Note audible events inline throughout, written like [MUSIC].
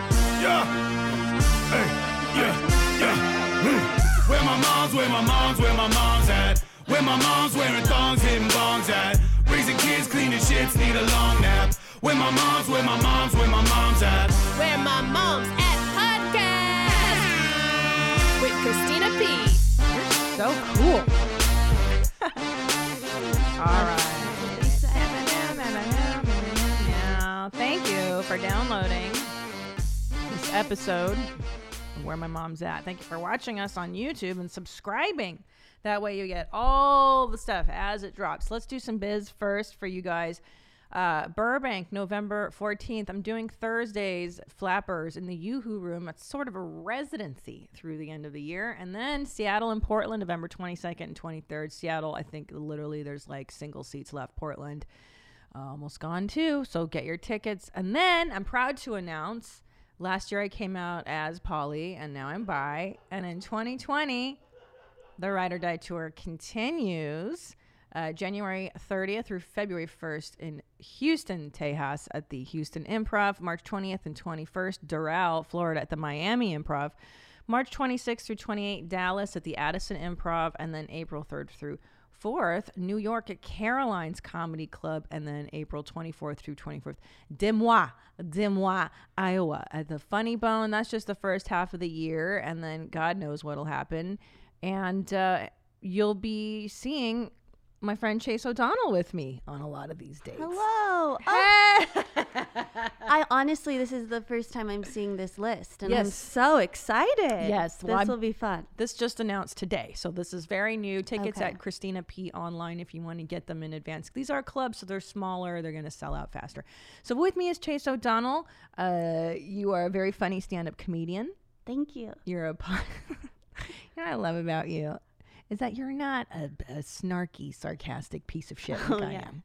mom's, Hmm. where my mom's, where my mom's at. Where my mom's wearing thongs, hitting bongs at. Raising kids, cleaning shits, need a long nap. Where my mom's, where my mom's, where my mom's at. Where my mom's at podcast with Christina P. So [LAUGHS] cool. All right. Thank you for downloading this episode of Where My Mom's At. Thank you for watching us on YouTube and subscribing. That way you get all the stuff as it drops. Let's do some biz first for you guys. Uh, Burbank, November 14th. I'm doing Thursdays flappers in the Yoo-Hoo room. It's sort of a residency through the end of the year. And then Seattle and Portland, November 22nd and 23rd. Seattle, I think literally there's like single seats left. Portland, uh, almost gone too. So get your tickets. And then I'm proud to announce last year I came out as Polly and now I'm bi. And in 2020, the Ride or Die Tour continues uh, January 30th through February 1st in Houston, Tejas at the Houston Improv, March 20th and 21st, Doral, Florida at the Miami Improv, March 26th through 28th, Dallas at the Addison Improv, and then April 3rd through 4th, New York at Caroline's Comedy Club, and then April 24th through 24th, Des Moines, Des Moines, Iowa at the Funny Bone. That's just the first half of the year, and then God knows what'll happen. And uh, you'll be seeing my friend Chase O'Donnell with me on a lot of these dates. Hello. Oh, Hey! I honestly, this is the first time I'm seeing this list, and I'm Yes. so excited. Yes, well, this I'm- will be fun. This just announced today, so this is very new. Tickets Okay. at Christina P online if you want to get them in advance. These are clubs, so they're smaller. They're going to sell out faster. So with me is Chase O'Donnell. Uh, you are a very funny stand-up comedian. Thank you. You're a po- [LAUGHS] you know what I love about you is that you're not a, a snarky, sarcastic piece of shit like I yeah. am.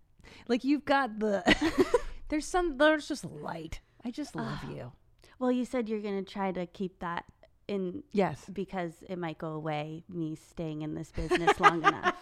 Like you've got the [LAUGHS] there's some there's just light. I just love you. Well, you said you're going to try to keep that in Yes. because it might go away, me staying in this business [LAUGHS] long enough.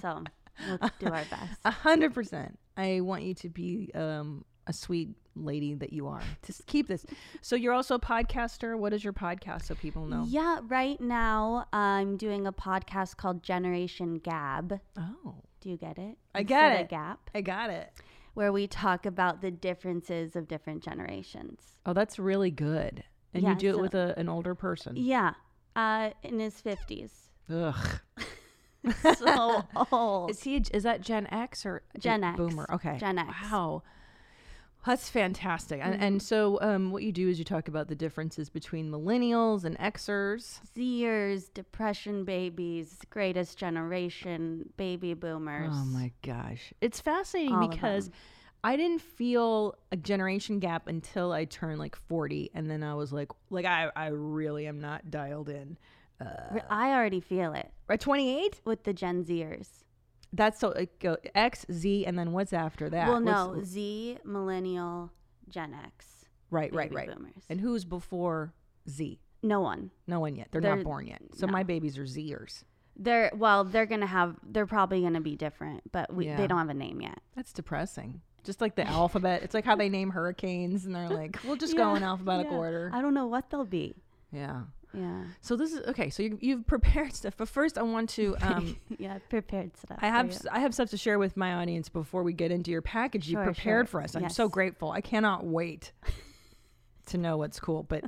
So we'll do our best. A hundred percent. I want you to be um, a sweet lady that you are. Just keep this. So you're also a podcaster. What is your podcast so people know? Yeah, right now I'm doing a podcast called Generation Gab. Oh, Do you get it? I get Instead of it. Gap, I got it. where we talk about the differences of different generations. Oh, that's really good. And Yeah, you do so- it with a, an older person. Yeah, uh, in [LAUGHS] his fifties. Ugh. So old. Is he? a- Is that Gen X or Oh. Gen X. Boomer? Okay. Gen X. Mm-hmm. Wow. That's fantastic. And, and so, um, what you do is you talk about the differences between millennials and Xers. Zers, depression babies, greatest generation, baby boomers. Oh my gosh. It's fascinating All of because I didn't feel a generation gap until I turned like 40 and then I was like like I I really am not dialed in. Re- I already feel it At 28? with the Gen Zers. That's so it go X Z and then what's after that? well, What's- no, Z, millennial, Gen X. right, right, baby right. boomers. And who's before Z? No one. No one yet. They're, not They're- born yet. So my babies are Zers. They're well, they're gonna have. They're probably gonna be different, but we, Yeah. they don't have a name yet. That's depressing. Just like the alphabet. It's like how they name hurricanes and they're like, we'll just go Yeah, in alphabetical yeah. order. I don't know what they'll be. yeah. Yeah, [LAUGHS] So this is okay. So you, you've prepared [LAUGHS] stuff, but first I want [LAUGHS] to. Um, yeah. I've Prepared stuff. I for have you. s- I have stuff to share with my audience before we get into your package. you Sure, prepared sure. for us. I'm so Yes. grateful. I cannot [LAUGHS] wait to know what's cool. But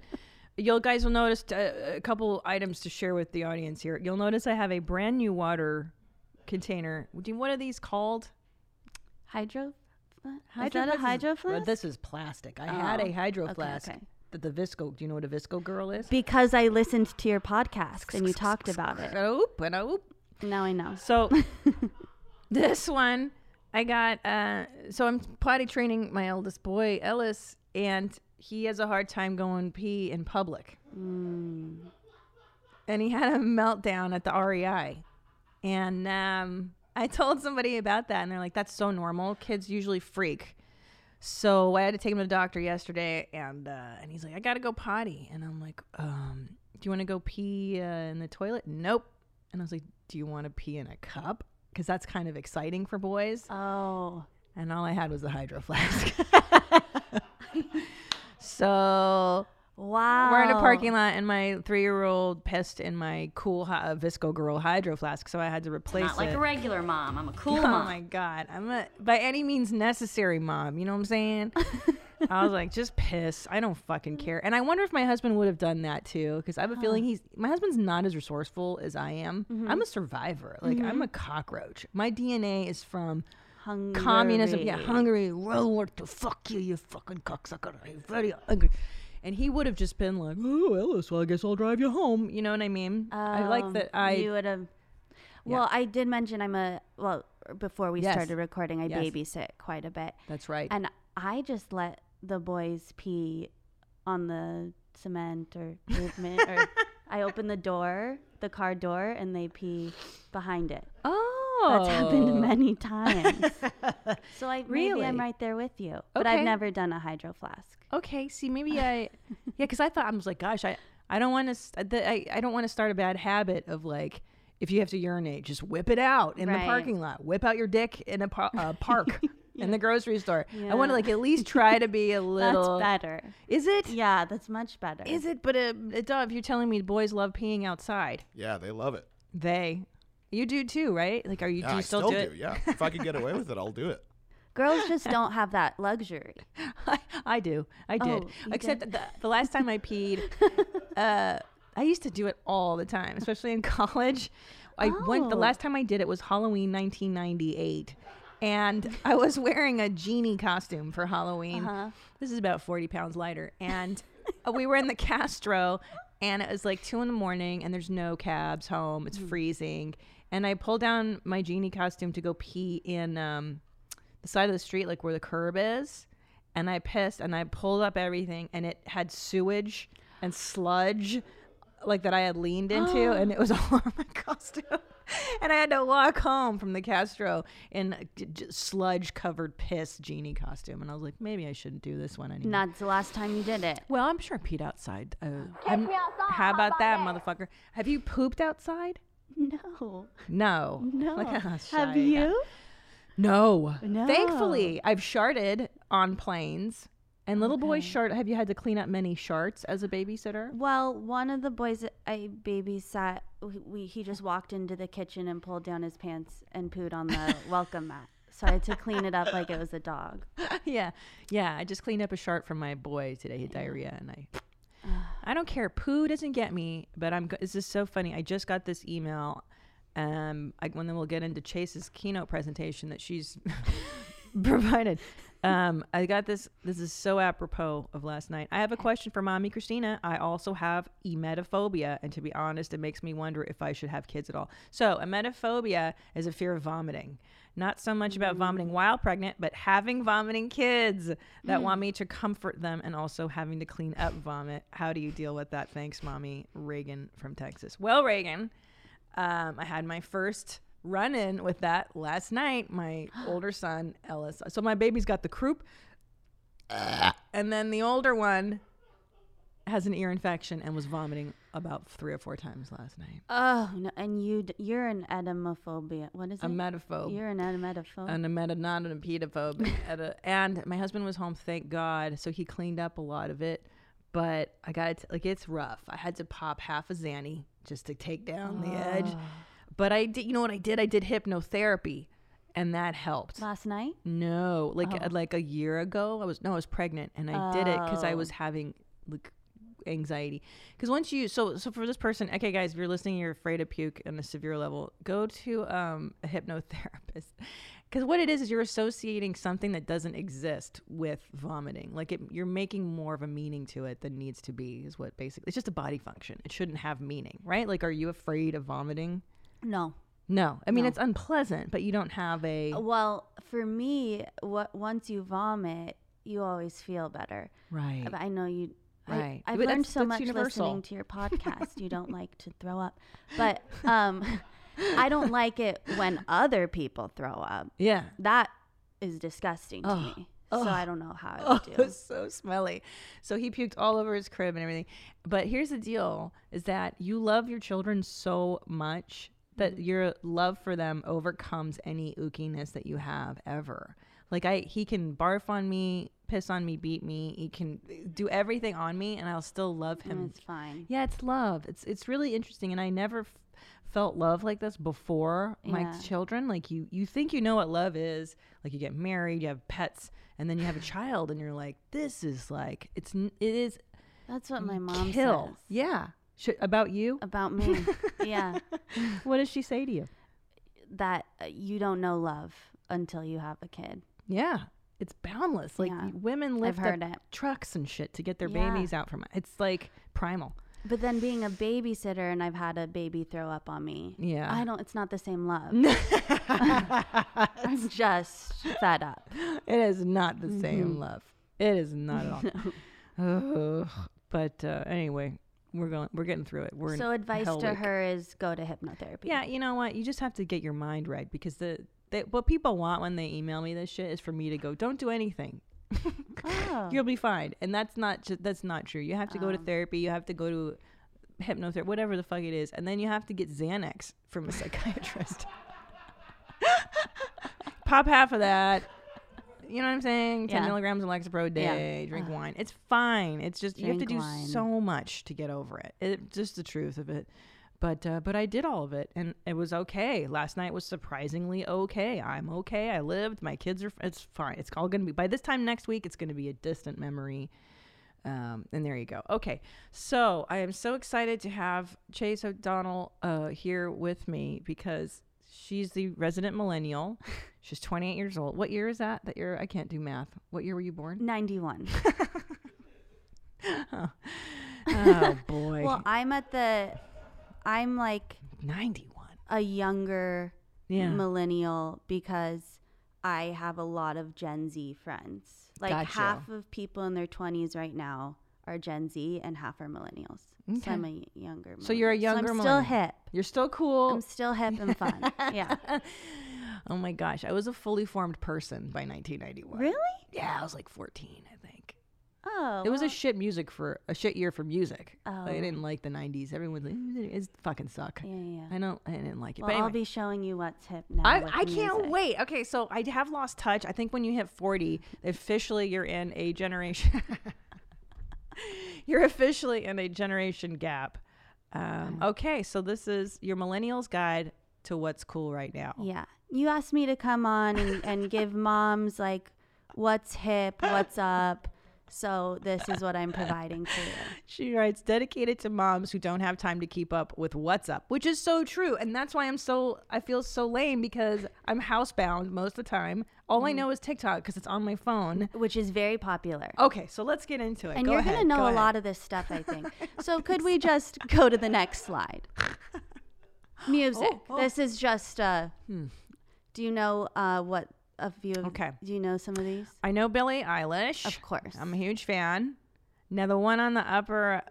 you'll guys will notice uh, a couple items to share with the audience here. You'll notice I have a brand new water container. Do you- What are these called? hydro. Hydro is that a flask hydro is- well, flask? This is plastic. I had Oh, a hydro okay, flask. okay. That the visco. Do you know what a visco girl is? Because I listened to your podcast and you talked about it. Oop, and oop. Now I know. So [LAUGHS] this one I got uh so I'm potty training my eldest boy, Ellis, and he has a hard time going pee in public. Hmm. And he had a meltdown at the REI. And um I [LAUGHS] told somebody about that and they're like, That's so normal. Kids usually freak. So I had to take him to the doctor yesterday, and uh, and he's like, I gotta go potty, and I'm like, um, do you want to go pee uh, in the toilet? Nope. And I was like, do you want to pee in a cup? Because that's kind of exciting for boys. Oh, And all I had was a hydro flask. [LAUGHS] so Wow. We're in Oh. a parking lot, and my three-year-old pissed in my cool hi- uh, Visco Girl hydro flask, so I had to replace Not like it. a regular mom. [LAUGHS] I'm a cool oh mom. my god, I'm a by any means necessary mom. You know what I'm saying? [LAUGHS] I was like, just piss. I don't fucking care. And I wonder if my husband would have done that too, because I have a feeling he's my husband's not as resourceful as I am. Mm-hmm. I'm a survivor. Like I'm a cockroach. My DNA is from Hungry. communism. Yeah, Hungary, World War II. Fuck you, you fucking cocksucker. I'm very hungry. And he would have just been like, oh, Ellis, well, I guess I'll drive you home. You know what I mean? I like Oh, that I. You would have. Well, I did mention I'm a. Well, before we Yes. started recording, I Yes. babysit quite a bit. that's right. And I just let the boys pee on the cement or pavement. [LAUGHS] or I open the door, the car door, and they pee behind it. oh. That's happened many times. [LAUGHS] so I maybe Really? I'm right there with you. But I've Okay. never done a hydro flask. Okay, see, maybe [LAUGHS] I, yeah, because I thought I was like, gosh, I, I don't want to, I, I don't want to start a bad habit of like, if you have to urinate, just whip it out in the Right. parking lot, whip out your dick in a par- [LAUGHS] uh, park, in the grocery store. I want Yeah. to like at least try to be a little. [LAUGHS] That's better. Is it? Yeah, that's much better. Is it? But uh, duh, if you're telling me boys love peeing outside, Yeah, they love it. they, you do too, right? Like, are you? Yeah, do you I still, still, do, do. it? [LAUGHS] Yeah, if I can get away with it, I'll do it. Girls [LAUGHS] just don't have that luxury. I, [LAUGHS] I do. I did. Oh, you Except did? The, the last time I [LAUGHS] peed, uh, I used to do it all the time, especially in [LAUGHS] college. I went. The Oh. last time I did it was Halloween 1998. And I was [LAUGHS] wearing a genie costume for Halloween. Uh-huh. This is about 40 pounds lighter. And uh, we were in the Castro, and it was like two in the morning, and there's no cabs home. Hmm. It's freezing. And I pulled down my genie costume to go pee in um, the side of the street, like where the curb is, and I pissed and I pulled up everything, and it had sewage and sludge, like that I had leaned into, and it was [LAUGHS] all on my costume. [LAUGHS] And I had to walk home from the Castro in a d- d- sludge-covered piss genie costume, and I was like, maybe I shouldn't do this one anymore. Not the last time you did it. well, I'm sure Pete outside. Uh, I'm- how about that, motherfucker? Have you pooped outside? No. No. No. Like, "Ah, have shite." you? No. No. Thankfully, I've sharted on planes. And little boys shart. Have you had to clean up many sharts as a babysitter? Well, one of the boys that I babysat, we, we he just walked into the kitchen and pulled down his pants and pooed on [LAUGHS] the welcome mat. So I had to clean it up like it was a [LAUGHS] dog. [LAUGHS] yeah, yeah. I just cleaned up a shart from my boy today. He had diarrhea, and I, I don't care. Poo doesn't get me, but I'm. go- This is so funny. I just got this email. Um, I, when then we'll get into Chase's keynote presentation that she's [LAUGHS] provided. Um, I got this. This is so apropos of last night. I have a question for mommy Christina. I also have emetophobia, and to be honest, it makes me wonder if I should have kids at all. So, emetophobia is a fear of vomiting. Not so much about vomiting while pregnant, but having vomiting kids that want me to comfort them and also having to clean up vomit. How do you deal with that? Thanks, mommy. Reagan from Texas. Well, Reagan, um, I had my first run in with that last night. My older son, Ellis. So my baby's got the croup. And then the older one has an ear infection and was vomiting about three or four times last night. Oh no! And you, d- you're an edemophobia. What is A it? metaphobe. You're an edematophobe. and a meta, not an pedophobe. at a, and my husband was home, thank God, so he cleaned up a lot of it. But I got to like it's rough. I had to pop half a Zanny just to take down the edge. But I did, you know what I did? I did hypnotherapy, and that helped. Last night. No, like uh, like a year ago, I was no, I was pregnant, and I did it because I was having like anxiety. Because once you so so for this person, okay, guys, if you're listening, you're afraid to puke on a severe level, go to um, a hypnotherapist. [LAUGHS] Because what it is is you're associating something that doesn't exist with vomiting. Like it, you're making more of a meaning to it than needs to be. Is what basically it's just a body function. It shouldn't have meaning, right? Like, are you afraid of vomiting? No. No, I mean it's unpleasant, but you don't have a Well, for me, what once you vomit, you always feel better. right. But I know you. Right. I, I've But learned that's- so that's much universal. [LAUGHS] listening to your podcast. you don't like to throw up, but um, I don't like it when other people throw up. Yeah. That is disgusting to me. So I don't know how [LAUGHS] I would It do. was Oh, so smelly. So he puked all over his crib and everything. But here's the deal is that you love your children so much that your love for them overcomes any ookiness that you have ever. Like I he can barf on me, piss on me, beat me. He can do everything on me, and I'll still love and him. it's fine. Yeah, it's love. It's it's really interesting, and I never f- felt love like this before my Yeah. children. Like you, you think you know what love is. Like you get married, you have pets, and then you [LAUGHS] have a child, and you're like, this is like it's n- it is That's what my mom kill. says Yeah, Sh- about you. [LAUGHS] about me. yeah, Um, what does she say to you? that uh, you don't know love until you have a kid. Yeah. It's boundless. Like Yeah. women lift heard up it. trucks and shit to get their Yeah. babies out from It's like primal. But then being a babysitter and I've had a baby throw up on me. Yeah. I don't. It's not the [LAUGHS] same love. [LAUGHS] I'm just fed up. It is not the same love. It is not at all. Ugh. But uh, anyway, we're going. We're getting through it. We're in So advice hell to week. her is go to hypnotherapy. Yeah, you know what? You just have to get your mind right because the, the what people want when they email me this shit is for me to go, don't do anything. Oh. You'll be fine, and that's not ju- that's not true. You have to go to therapy. You have to go to hypnotherapy, whatever the fuck it is, and then you have to get Xanax from a psychiatrist. [LAUGHS] Pop half of that. You know what I'm saying? Ten Yeah. milligrams of Lexapro a day. Drink wine. It's fine. It's just you have to do Drink wine. so much to get over it. it just the truth of it. But uh, but I did all of it, and it was okay. Last night was surprisingly okay. I'm okay. I lived. My kids are. It's fine. It's all gonna be by this time next week. It's gonna be a distant memory. Um, and there you go. Okay, so I am so excited to have Chase O'Donnell uh, here with me because she's the resident [LAUGHS] millennial. She's 28 years old. What year is that? That year I can't do math. What year were you born? [LAUGHS] 91. Oh [LAUGHS] boy, well, I'm at the, I'm like 91. a younger Yeah. millennial because I have a lot of Gen Z friends. Like Gotcha. half of people in their 20s right now are Gen Z and half are millennials. So I'm a y- younger. So you're a millennial. younger I'm millennial. still hip. You're still cool. I'm still hip and fun. [LAUGHS] yeah. Oh my gosh, I was a fully formed person by 1991. Really? Yeah, I was like 14, I think. Oh. It was a well, shit music for a shit year for music. I didn't like the 90s. Everyone's like, "Mm, it's fucking suck. Oh. yeah, yeah. I don't. I didn't like it. well, but anyway. I'll be showing you what's hip now. I, with I can't music. wait. Okay, so I have lost touch. I think when you hit 40, officially you're in a generation. [LAUGHS] you're officially in a generation gap. Um, okay, so this is your millennials guide to what's cool right now. Yeah. You asked me to come on and, [LAUGHS] and give moms like what's hip, what's up. So this is what [LAUGHS] I'm providing for you. She writes, dedicated to moms who don't have time to keep up with what's up, which is so true. And that's why I'm so, I feel so lame because I'm housebound most of the time. All Mm. I know is TikTok because it's on my phone. Which is very popular. Okay, so let's get into it. and Go you're ahead, gonna know go a ahead. lot of this stuff, I think. [LAUGHS] so could we just go to the next slide? Music. Oh, This is just uh do you know uh what a few of Hmm. Okay. do you know some of these? I know Billie Eilish. Of course. I'm a huge fan. Now the one on the upper,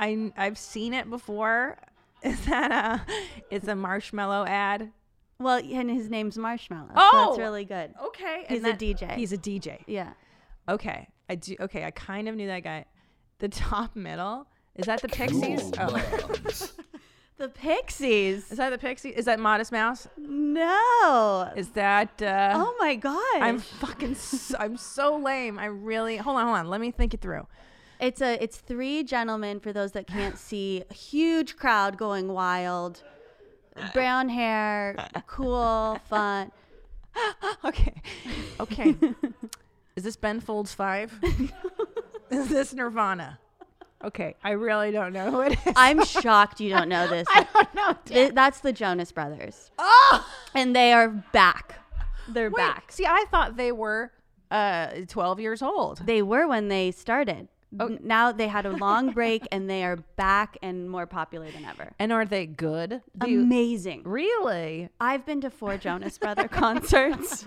I I've seen it before. [LAUGHS] Is that a? It's a marshmallow ad. Well and his name's Marshmallow. so Oh! that's really good. Okay, He's a DJ. He's a DJ. Yeah. Okay, I do. Okay, I kind of knew that guy. The [LAUGHS] top middle is that the Pixies? Oh. The Pixies. Is that the Pixies? Is that Modest Mouse? No. Is that? Uh, Oh my god. I'm fucking. s I'm so lame. I really. Hold on, hold on. Let me think it through. [LAUGHS] It's a it's three gentlemen for those [SIGHS] that can't see. A huge crowd going wild. Brown hair, [LAUGHS] cool, fun. Okay. Okay. Is this Ben Folds 5? is this Nirvana? Okay. I really don't know who it is. I'm shocked you don't know this. [LAUGHS] I don't know. Th- that's the Jonas Brothers, Oh! and they are back. They're Wait, back. See, I thought they were uh, 12 years old. They were when they started. Oh. N- Now they had a long break, and they are back and more popular than ever. And are they good? Do you- Amazing. really? I've been to four Jonas Brother [LAUGHS] concerts,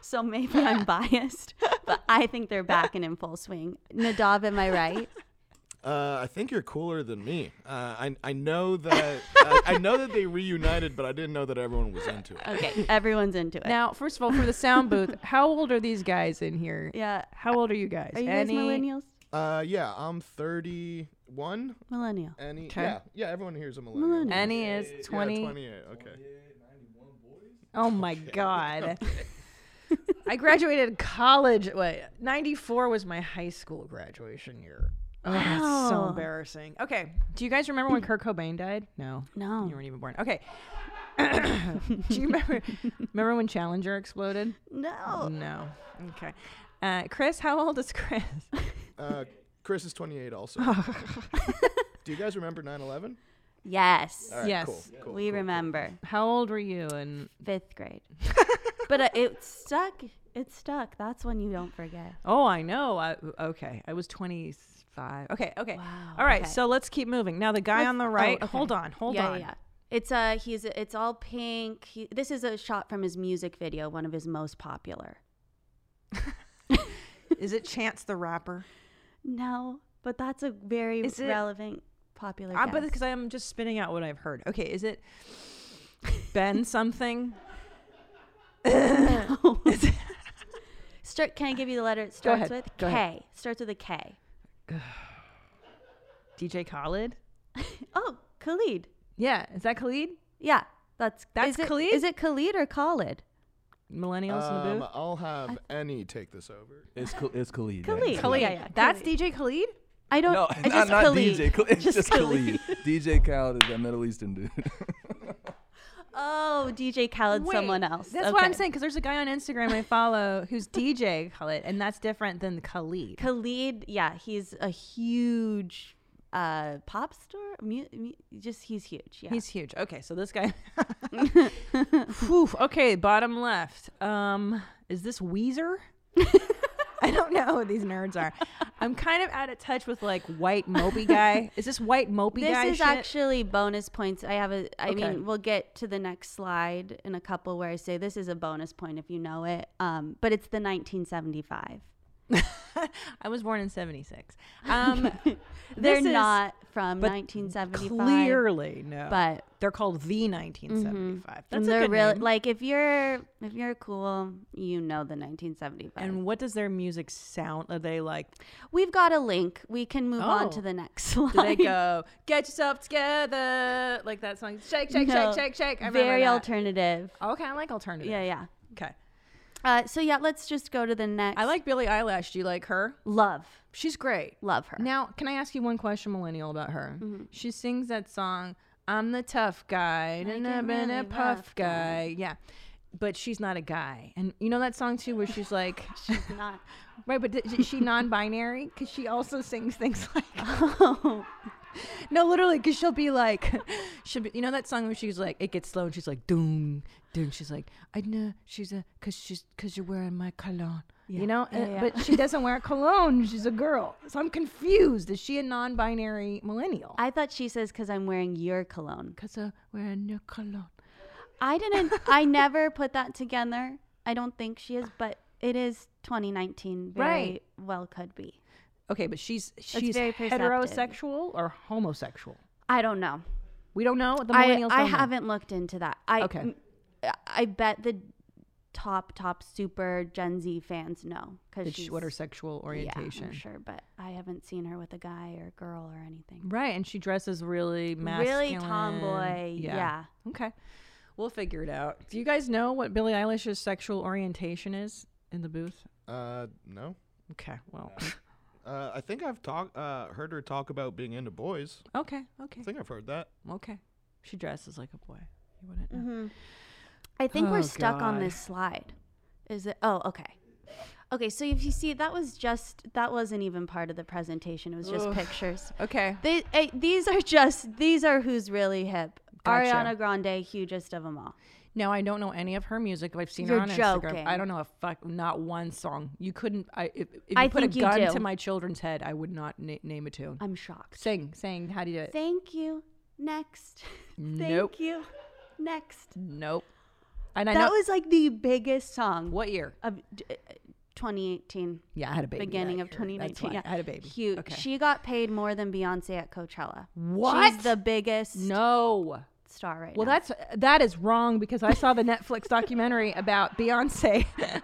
so maybe [LAUGHS] I'm biased, but I think they're back and in full swing. Nadav, am I right? Uh, I think you're cooler than me. Uh, I I [LAUGHS] know that I, I know that they reunited, but I didn't know that everyone was into it. Okay, everyone's into it. Now, first of all, for the sound booth, [LAUGHS] how old are these guys in here? yeah. How old are you guys? Are you Any- guys millennials? Uh, yeah, I'm 31. Millennial. Any? Okay. Yeah, yeah. Everyone here is a millennial. Millennial. Annie is Yeah, 20. 28. Okay. Oh my God. I graduated college. Wait, 94 was my high school graduation year. Oh, that's so Wow. embarrassing. Okay. Do you guys remember when Kurt Cobain died? No. No. You weren't even born. Okay. [COUGHS] Do you remember remember when Challenger exploded? No. No. Okay. Uh, Chris, how old is Chris? Uh, Chris is 28 [LAUGHS] also. Do you guys remember 9/11? Yes. All right, Yes. cool, cool, we cool, cool. remember How old were you? And fifth [LAUGHS] grade, but uh, it stuck. It stuck. That's one you don't forget. oh, I know. I, okay, I was twenty five. Okay, okay. Wow, All right, okay. so let's keep moving. Now the guy Let's- on the oh, right. okay. Hold on, hold yeah, on. Yeah, yeah. It's uh he's it's all pink. He, this is a shot from his music video, one of his most popular. [LAUGHS] Is it Chance the Rapper? No, but that's a very Is it- relevant popular. I, but guess. because I'm just spinning out what I've heard. Okay, is it Ben something? [LAUGHS] [LAUGHS] Is it- Start, can I give you the letter it ahead, starts with? go K. ahead. Starts with a K. DJ Khalid? Oh, Khalid. Yeah, is that Khalid? Yeah, that's That's is it- Khalid? Is it Khalid or Khalid? Millennials in the Um, booth. I'll have any take this over. It's Khal- it's Khalid. right? Khalid. Yeah. Khalid. Oh, Yeah, yeah, That's Khalid. DJ Khalid. I don't. No, I [LAUGHS] not, just not Khalid. DJ. Khal- It's just, Khalid. Khalid. [LAUGHS] [LAUGHS] DJ Khaled is a Middle Eastern dude. [LAUGHS] Oh, DJ Khalid, Wait, someone else. That's what I'm Okay. saying because there's a guy on Instagram I follow who's DJ Khalid, and that's different than Khalid. Khalid, yeah, he's a huge uh, pop star. Mu- mu- just he's huge. Yeah, He's huge. Okay, so this [LAUGHS] guy. Whew, okay, bottom left. Um, is this [LAUGHS] Weezer? I don't know who these nerds are. I'm kind of out of touch with like white mopey guy. Is this white mopey this guy? is shit? actually bonus points. I have a. I Okay. mean, we'll get to the next slide in a couple where I say this is a bonus point if you know it. Um, but it's [LAUGHS] the 1975. I was born in '76. [LAUGHS] Um, [LAUGHS] They're This is- not from but 1975. clearly no. but Mm-hmm. they're called the 1975. and That's a they're good really name. like if you're if you're cool, you know the 1975. And what does their music sound? Are they like? we've got a link. We can move on Oh. to the next slide. [LAUGHS] Do they go get yourself together like that song? Shake, shake, No. shake, shake, shake. I remember Very that. alternative. Oh, Okay, I like alternative. Yeah, yeah. Okay. Uh, so yeah, let's just go to the next. I like Billie Eilish. Do you like her? love, She's great. love her. Now, can I ask you one question, Millennial, about her? She sings that song, I'm the tough guy, and I've been a really puff rough guy." guy. Yeah. But she's not a guy. And you know that song, too, where she's [LAUGHS] like, She's not. right, but th- is she non binary? Because she also sings things [LAUGHS] like, [LAUGHS] Oh, no, literally, because she'll be like, [LAUGHS] she'll be, you know that song where she's like, it gets slow and she's like, doom, doom. She's like, I know she's a, because she's, because you're wearing my cologne. You know, yeah, Uh, yeah. but she doesn't wear cologne. She's a girl. So I'm confused. Is she a non binary millennial? I thought she says because I'm wearing your cologne. Because uh, we're in your cologne. I didn't. [LAUGHS] I never put that together. I don't think she is, but it is 2019. Very Right. Well, could be. Okay, but she's she's very perceptive. heterosexual or homosexual. I don't know. We don't know. The I, millennials I don't know. haven't looked into that. I Okay. m- I bet the top top super Gen Z fans know because Did she- what her she's- sexual yeah, I'm orientation? sure, but I haven't seen her with a guy or girl or anything. Right, and she dresses really masculine. Really tomboy. Yeah. Okay, we'll figure it out. Do you guys know what Billie Eilish's sexual orientation is in the booth? Uh, no. Okay, well, Uh, I think I've talked, uh, heard her talk about being into boys. okay, I okay, think I've heard that. okay. She dresses like a boy. You wouldn't know. I think Oh, we're stuck on God. this slide. Is it? Oh, okay. Okay, so if you see, that was just that wasn't even part of the presentation. It was just pictures. Okay, They, eh, these are just these are who's really hip. Gotcha. Ariana Grande, hugest of them all. No, I don't know any of her music. I've seen her You're on Instagram. joking. I don't know a fuck, not one song. You couldn't. I if, if you I put a think you gun do. to my children's head, I would not na- name a tune. I'm shocked. sing, sing. How do you do it? Thank you. Next. [LAUGHS] Thank Nope. you. Next. Nope. And I that know was like the biggest song what year? of d- uh, 2018. Yeah, I had a baby. beginning that of year. That's 2019. why. Yeah. I had a baby. Huge. Okay. She got paid more than Beyonce at Coachella. What? She's the biggest no. star right Well, now. that's that is wrong because I saw the Netflix documentary about Beyonce [LAUGHS]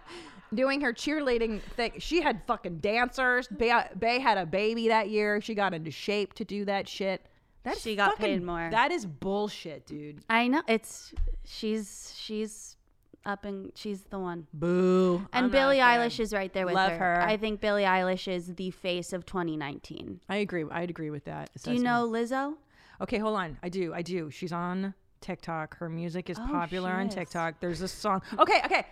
doing her cheerleading thing. She had fucking dancers. Bay, Bay had a baby that year. She got into shape to do that shit. That's She got fucking- paid more. That is bullshit, dude. I know it's she's she's up and she's the one. Boo. And I'm not Billie a fan. Eilish is right there with Love her. I think Billie Eilish is the face of 2019. I agree. I'd agree with that. Do you assessment. know Lizzo? Okay, hold on. I do. I do. She's on TikTok. Her music is Oh, popular she on is. TikTok. There's this song. Okay, okay.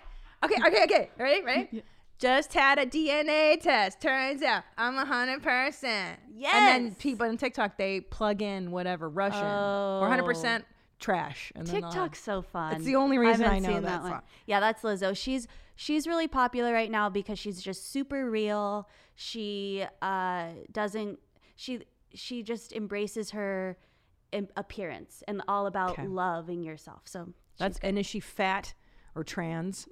Okay, okay, okay. Ready? Ready? Just had a DNA test. Turns out I'm a hundred percent. And then Yes. people on TikTok they plug in whatever Russian or hundred percent trash. And then they'll- Oh. TikTok's so fun. the only reason I haven't know seen that one. song. Yeah, that's Lizzo. She's she's really popular right now because she's just super real. She uh, doesn't she she just embraces her im- appearance and all about Okay. loving yourself. So That's and is she fat or trans?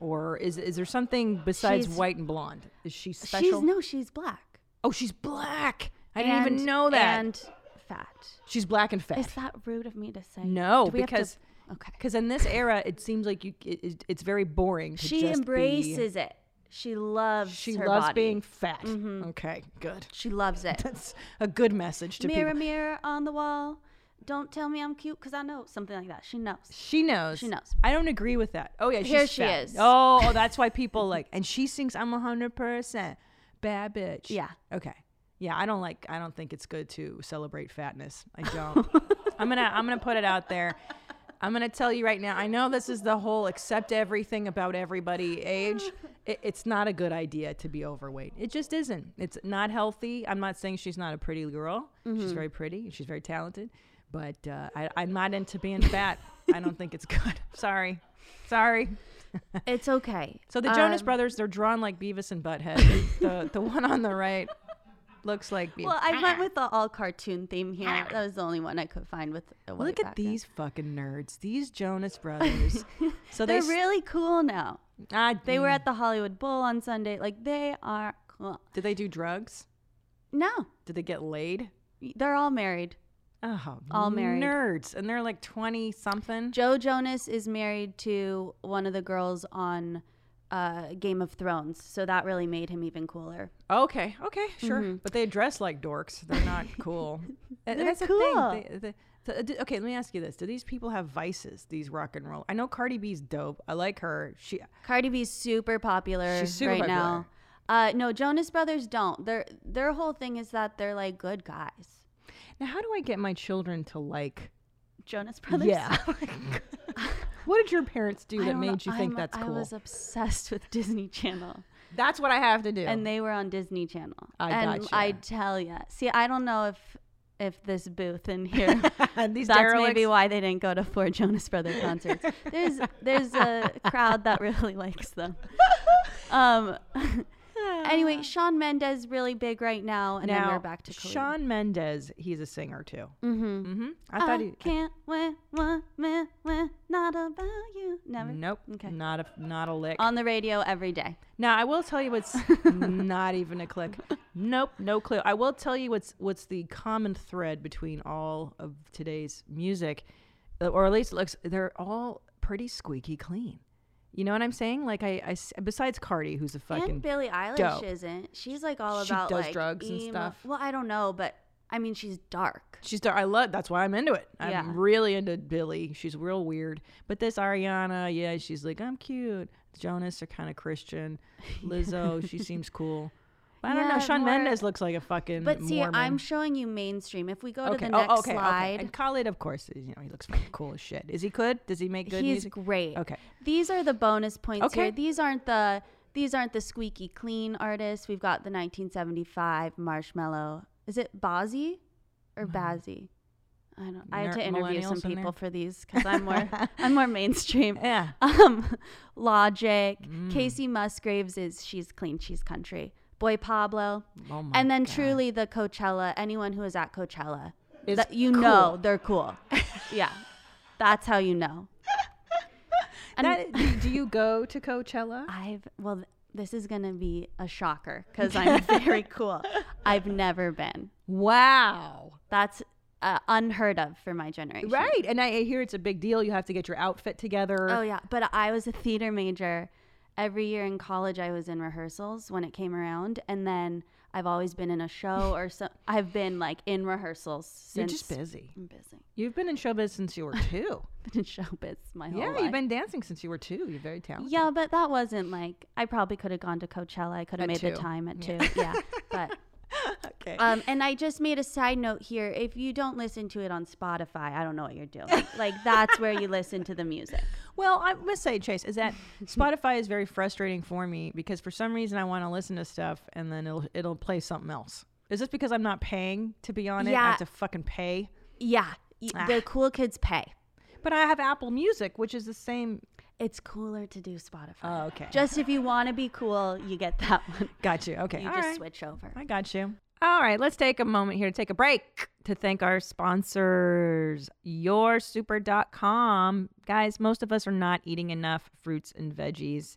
Or is is there something besides She's- white and blonde? Is she special? she's no, she's black. oh, she's black. I didn't even And- know that. And fat. she's black and fat. Is that rude of me to say? No, Do we have to- because okay, because in this era, it seems like you it, it- it's very boring. To she just be- embraces it. She loves. she her loves body. Mm-hmm. being fat. Okay, good. She loves it. That's a good message [LAUGHS] to mirror, people. mirror on the wall. Don't tell me I'm cute because I know something like that. She knows. She knows. She knows. I don't agree with that. Oh yeah, she's Here she fat. is. Oh, oh, that's why people like. And she sings, "I'm a hundred percent bad bitch." Yeah. Okay. Yeah, I don't like. I don't think it's good to celebrate fatness. I don't. I'm gonna. I'm gonna put it out there. I'm gonna tell you right now. I know this is the whole accept everything about everybody age. It, it's not a good idea to be overweight. It just isn't. It's not healthy. I'm not saying she's not a pretty girl. She's very pretty. and She's very talented. But uh, I, I'm not into being fat. I don't think it's good. [LAUGHS] Sorry. Sorry. It's okay. So the Jonas Um, Brothers, they're drawn like Beavis and Butthead. [LAUGHS] the the one on the right looks like Beavis. Well, I went with the all cartoon theme here. That was the only one I could find with. a white Ah. Look at background. these fucking nerds. These Jonas Brothers. [LAUGHS] so they They're s- really cool now. ah, They were mm. at the Hollywood Bowl on Sunday. Like they are cool. Did they do drugs? No, Did they get laid? they're all married. Oh, All married. nerds, and they're like twenty something. Joe Jonas is married to one of the girls on uh, Game of Thrones, so that really made him even cooler. Okay, okay, sure. But they dress like dorks. They're [LAUGHS] not cool. And Mm-hmm. They're That's cool. the thing. They, they, so, uh, d- okay, let me ask you this: Do these people have vices? These rock and roll. I know Cardi B's dope. I like her. She Cardi B's super popular She's super right popular. now. Uh, no, Jonas Brothers don't. Their their whole thing is that they're like good guys. Now, how do I get my children to like? Jonas Brothers. [LAUGHS] what did your parents do I that don't know. made [LAUGHS] you think I'm- that's I cool? was obsessed with Disney Channel, that's what I have to do. and they were on Disney Channel. Oh. I and gotcha. I tell ya. See, I don't know if if this booth [LAUGHS] in here Uh, These That's derelicts. maybe why they didn't go to four Jonas Brother [LAUGHS] concerts. There's there's a crowd that really [LAUGHS] likes them. Um. [LAUGHS] anyway, Sean Mendez really big right now, and then Ah. now, we're back to Mm. Khalid. Sean Mendez. He's a singer too. Mm-hmm. mm-hmm. I thought I he. can't win, win, win, win, not about you. Never. Nope. Okay. Uh, Not a not a lick. On the radio every day. Now I will tell you [LAUGHS] what's not even a click. Nope, no clue. I will tell you what's what's the common thread between all of today's music, uh, or at least it looks they're all pretty squeaky clean. You know what I'm saying? Like I, I s- besides Cardi, who's a fucking and Billie Eilish dope. isn't. She's like all She about does like, drugs and emo- stuff. Well, I don't know, but I mean, she's dark. She's dar- I love that's why I'm into it. I'm Yeah. really into Billy. She's real weird. But this Ariana, yeah, she's like I'm cute. Jonas are kind of [LAUGHS] Christian. Lizzo, she seems cool. But I don't know. Yeah, Sean more- Mendes looks like a fucking But see, Mormon. I'm showing you mainstream. If we go to the Oh, next okay, slide, Okay. And Khalid, of course, is, you know he looks fucking cool as shit. Is he good? Does he make good he's music? great. Okay. These are the bonus points Okay. here. These aren't the these aren't the squeaky clean artists. We've got the 1975 Marshmallow. Is it Bozzy or Bazzy? I don't. I had Ner- to Mm-hmm. interview some millennials in there? people for these because I'm [LAUGHS] more I'm more mainstream. Yeah. Um, Logic. Mm. Casey Musgraves is she's clean, she's country. Boy Pablo. Oh my and then God. truly the Coachella. Anyone who is at Coachella, Is that you cool. know they're [LAUGHS] cool. yeah, that's how you know. And That- do- do you go to Coachella? I've well, th- this is gonna be a shocker [LAUGHS] because I'm [LAUGHS] very cool. I've never been. Wow. That's uh, unheard of for my generation. Right. And I I hear it's a big deal. You have to get your outfit together. Oh yeah, but I was a theater major. Every year in college, I was in rehearsals when it came around, and then I've always been in a show [LAUGHS] or so. I've been like in rehearsals You're since. just busy. I'm busy. You've been in showbiz since [LAUGHS] you were two. Been [LAUGHS] in showbiz my whole yeah, life. you've been dancing since you were two. You're very talented. Yeah, but that wasn't like I probably could have gone to Coachella. I could At have made two. the time at Yeah. two. Yeah, but [LAUGHS] Okay. um, and I just made a side note here. If you don't listen to it on Spotify, I don't know what you're [LAUGHS] doing. like that's where you listen to the music. Well, I must say, Chase, is [LAUGHS] that Spotify is very frustrating for me because for some reason I want to listen to stuff and then it'll it'll play something else. Is this because I'm not paying to be on it? I Yeah. have to fucking pay. Yeah, y- the cool kids pay. But I have Apple Music, which is the same. It's cooler to do Spotify. Oh, okay. Just if you want to be cool, you get that [LAUGHS] one. Got you. Okay. You All just right. switch over. I got you. All right, let's take a moment here to take a break to thank our sponsors, yoursuper.com. Guys, most of us are not eating enough fruits and veggies.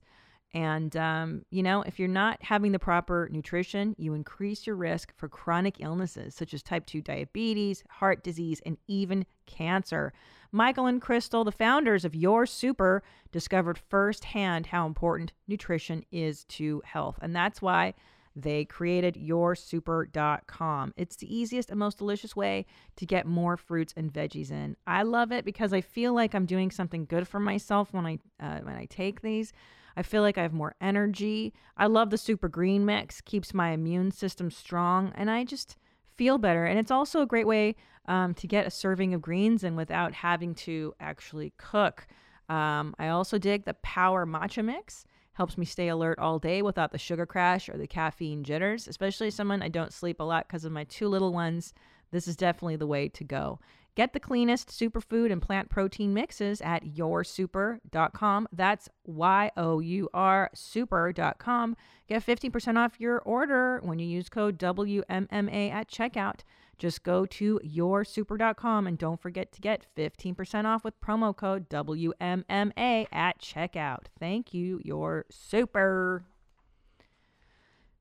And, um, you know, if you're not having the proper nutrition, you increase your risk for chronic illnesses such as type 2 diabetes, heart disease, and even cancer. Michael and Crystal, the founders of Your Super, discovered firsthand how important nutrition is to health. And that's why they created yoursuper.com. It's the easiest and most delicious way to get more fruits and veggies in. I love it because I feel like I'm doing something good for myself when I uh, when I take these. I feel like I have more energy. I love the super green mix, keeps my immune system strong, and I just feel better. And it's also a great way um, to get a serving of greens in without having to actually cook. Um, I also dig the Power Matcha Mix. Helps me stay alert all day without the sugar crash or the caffeine jitters, especially someone I don't sleep a lot because of my two little ones. This is definitely the way to go. Get the cleanest superfood and plant protein mixes at yoursuper.com. That's Y O U R super.com. Get 15% off your order when you use code WMMA at checkout. Just go to yoursuper.com and don't forget to get 15% off with promo code WMMA at checkout. Thank you, your super.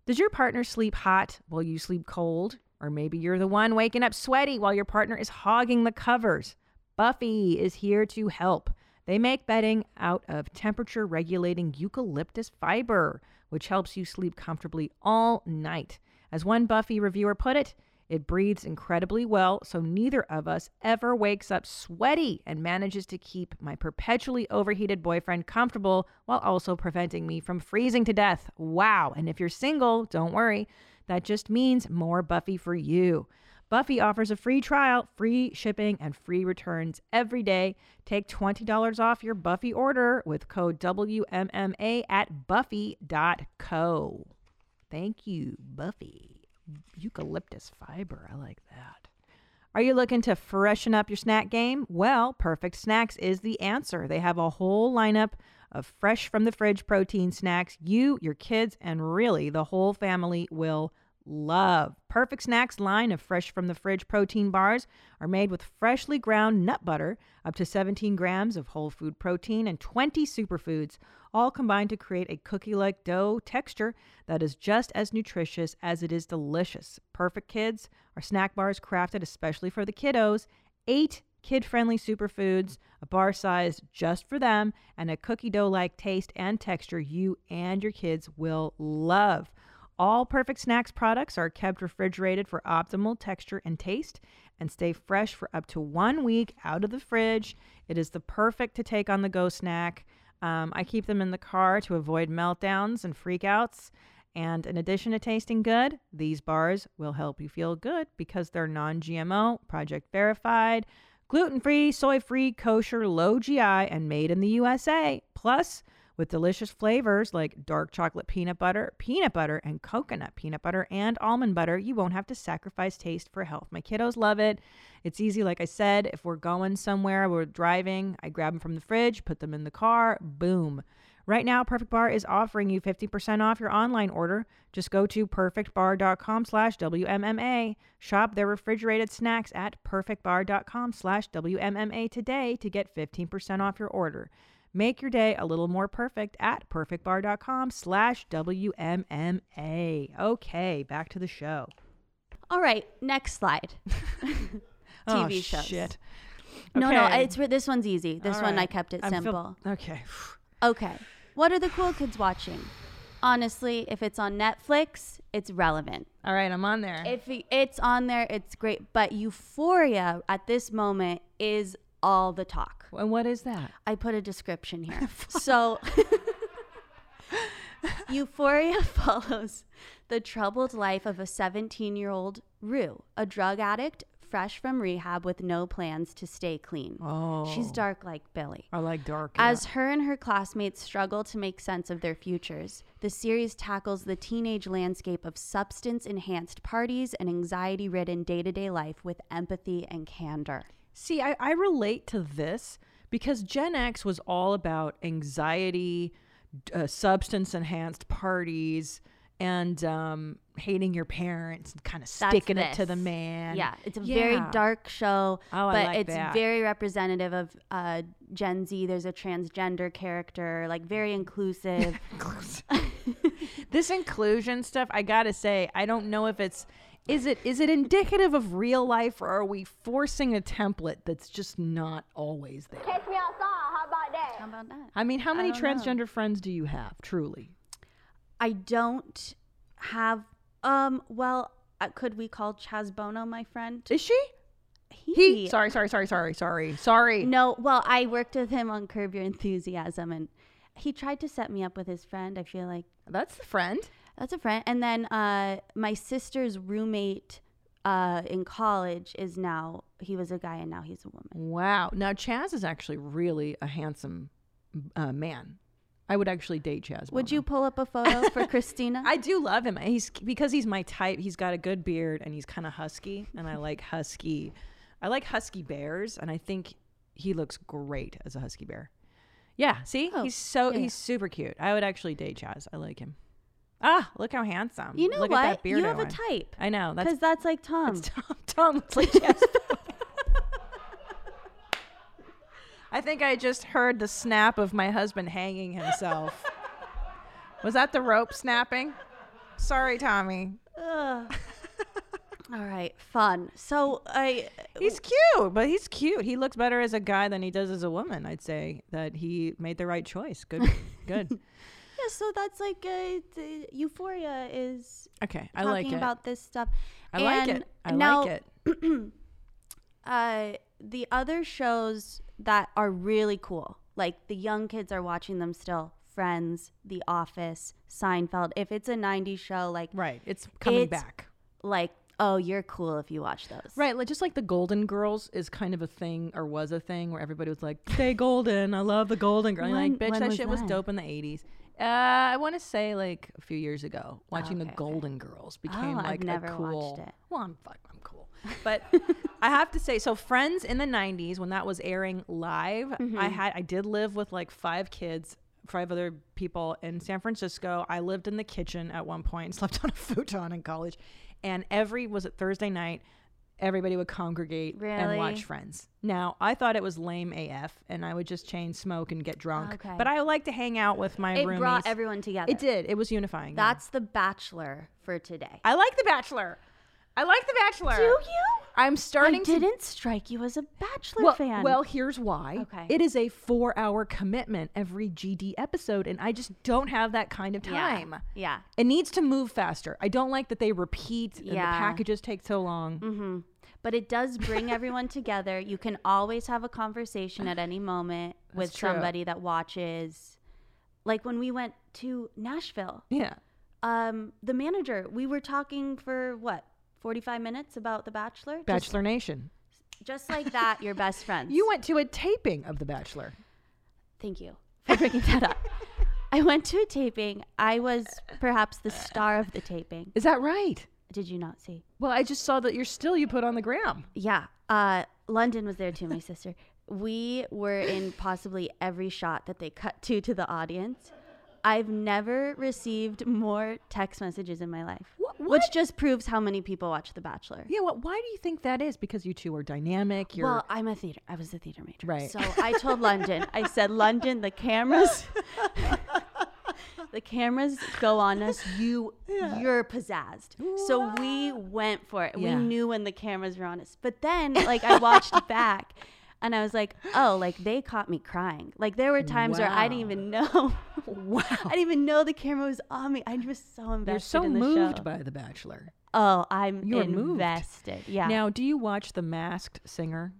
Does your partner sleep hot while you sleep cold? Or maybe you're the one waking up sweaty while your partner is hogging the covers. Buffy is here to help. They make bedding out of temperature regulating eucalyptus fiber, which helps you sleep comfortably all night. As one Buffy reviewer put it, it breathes incredibly well, so neither of us ever wakes up sweaty and manages to keep my perpetually overheated boyfriend comfortable while also preventing me from freezing to death. Wow. And if you're single, don't worry. That just means more Buffy for you. Buffy offers a free trial, free shipping, and free returns every day. Take $20 off your Buffy order with code WMMA at buffy.co. Thank you, Buffy. Eucalyptus fiber. I like that. Are you looking to freshen up your snack game? Well, Perfect Snacks is the answer. They have a whole lineup of fresh from the fridge protein snacks you, your kids, and really the whole family will love. Perfect Snacks line of fresh from the fridge protein bars are made with freshly ground nut butter, up to 17 grams of whole food protein, and 20 superfoods, all combined to create a cookie like dough texture that is just as nutritious as it is delicious. Perfect Kids are snack bars crafted especially for the kiddos, eight kid friendly superfoods, a bar size just for them, and a cookie dough like taste and texture you and your kids will love. All Perfect Snacks products are kept refrigerated for optimal texture and taste and stay fresh for up to one week out of the fridge. It is the perfect to take on the go snack. Um, I keep them in the car to avoid meltdowns and freakouts. And in addition to tasting good, these bars will help you feel good because they're non GMO, project verified, gluten free, soy free, kosher, low GI, and made in the USA. Plus, with delicious flavors like dark chocolate peanut butter, peanut butter, and coconut peanut butter, and almond butter, you won't have to sacrifice taste for health. My kiddos love it. It's easy, like I said. If we're going somewhere, we're driving, I grab them from the fridge, put them in the car, boom. Right now, Perfect Bar is offering you 50% off your online order. Just go to perfectbar.com slash WMMA. Shop their refrigerated snacks at perfectbar.com slash WMMA today to get 15% off your order. Make your day a little more perfect at perfectbar.com slash WMMA. Okay, back to the show. All right, next slide. oh, TV shows. shit. No, no, Okay. it's re- this one's easy. This All one I right. kept it I feel- simple. okay. okay, what are the cool kids watching? honestly, if it's on Netflix, it's relevant. [SIGHS] All right, I'm on there. If y- it's on there, it's great. But Euphoria at this moment is all the talk. and what is that? I put a description here. so [LAUGHS] Euphoria [LAUGHS] follows the troubled life of a 17 year old Rue, a drug addict fresh from rehab with no plans to stay clean. Oh, She's dark like Billy. I like dark. As her and her classmates struggle to make sense of their futures, the series tackles the teenage landscape of substance enhanced parties and anxiety ridden day to day life with empathy and candor. See, I, I relate to this because Gen X was all about anxiety, d- uh, substance enhanced parties, and um, hating your parents and kind of That's sticking it to this. the man. Yeah, it's a very Yeah. dark show, Oh, I but like it's that. very representative of uh, Gen Z. There's a transgender character, like very inclusive. [LAUGHS] This inclusion stuff, I gotta say, I don't know if it's is it is it indicative of real life or are we forcing a template that's just not always there? Catch me outside, how about that? How about that? I mean, how many transgender friends do you have, truly? I don't have. Um. Well, uh, could we call Chaz Bono my friend? Is she? He sorry, sorry, sorry, sorry, sorry, sorry. No, well, I worked with him on Curb Your Enthusiasm, and he tried to set me up with his friend. I feel like That's the friend. that's a friend. And then uh, my sister's roommate uh, in college is now he was a guy, and now he's a woman. Wow. Now Chaz is actually really a handsome uh, man. I would actually date Chaz. Would Bono. you pull up a [LAUGHS] photo for Christina? I do love him. He's because he's my type. He's got a good beard and he's kind of husky, and I like husky. I like husky bears, and I think he looks great as a husky bear. Yeah. See, Oh, he's so yeah, yeah. he's super cute. I would actually date Chaz. I like him. Ah, look how handsome. you know look what? At that beard you have Owen. a type. I know. That's Because that's like Tom. Tom, Tom looks like Chaz. I think I just heard the snap of my husband hanging himself. Was that the rope snapping? Sorry, Tommy. All right, fun. So I. He's cute, but he's cute. He looks better as a guy than he does as a woman. I'd say that he made the right choice. Good, good. Yeah, so that's like uh, the Euphoria is [LAUGHS] Okay, I talking like it. about this stuff. I like And it. I now, like it. uh, the other shows that are really cool, like the young kids are watching them still. Friends, The Office, Seinfeld. If it's a '90s show, like Right, it's coming It's- back. like oh, you're cool if you watch those. Right, like just like the Golden Girls is kind of a thing or was a thing where everybody was like, "Stay golden, I love the Golden Girls." When- Like, bitch, when that was shit was that? dope in the '80s. Uh, I want to say like a few years ago, watching okay, the okay. Golden Girls Oh, became I've like never a watched cool. it. Well, I'm fuck, I'm cool, but I have to say, so Friends in the '90s when that was airing live, Mm-hmm. I had I did live with like five kids. Five other people in San Francisco. I lived in the kitchen at one point, [LAUGHS] slept on a futon in college. And every, was it Thursday night? everybody would congregate and Really? watch Friends. Now, I thought it was lame AF, and I would just chain smoke and get drunk. Okay. But I like to hang out with my It roomies. brought everyone together. It did. It was unifying. yeah. That's The Bachelor for today. I like The Bachelor. I like The Bachelor. Do you? I'm I starting to. didn't strike you as a Bachelor Well, fan. well, here's why. Okay. It is a four hour commitment every GD episode, and I just don't have that kind of yeah. time. Yeah. It needs to move faster. I don't like that they repeat and the Yeah. Mm-hmm. packages take so long. But it [LAUGHS] does bring everyone together. You can always have a conversation at any moment with true. somebody that watches. Like when we went to Nashville, Yeah. um, the manager, we were talking for what, 45 minutes about The Bachelor? Just- Bachelor Nation. Just, like that, [LAUGHS] your best friends. You went to a taping of The Bachelor. Thank you for bringing that up. I went to a taping. I was perhaps the star of the taping. Is that right? Did you not see? Well, I just saw that you're still you put on the gram. Yeah. Uh, London was there too, my sister. We were in possibly every shot that they cut to to the audience. I've never received more text messages in my life, Wha- which what? just proves how many people watch The Bachelor. Yeah. Well, why do you think that is? Because you two are dynamic. You're Well, I'm a theater. I was a theater major, Right. So I told London. I said, London, [LAUGHS] the cameras, the cameras go on us. You, you're pizzazzed. So we went for it. Yeah. We knew when the cameras were on us. But then, like, I watched back, And I was like, oh, like they caught me crying. Like there were times where I didn't even know. [LAUGHS] Wow. I didn't even know the camera was on me. I was so invested You're so in the moved show. by The Bachelor. Oh, I'm You are moved. invested. Yeah. Now, do you watch The Masked Singer?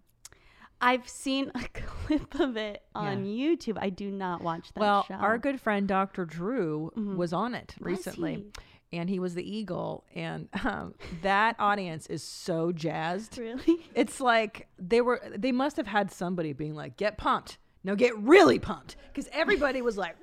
I've seen a [LAUGHS] clip of it on YouTube. I do not watch that well, show. our good friend Dr. Drew was on it recently. he? And he was the eagle, and um, that audience is so jazzed. Really? [LAUGHS] It's like they were they must have had somebody being like, "Get pumped. No, get really pumped." Cuz everybody was like,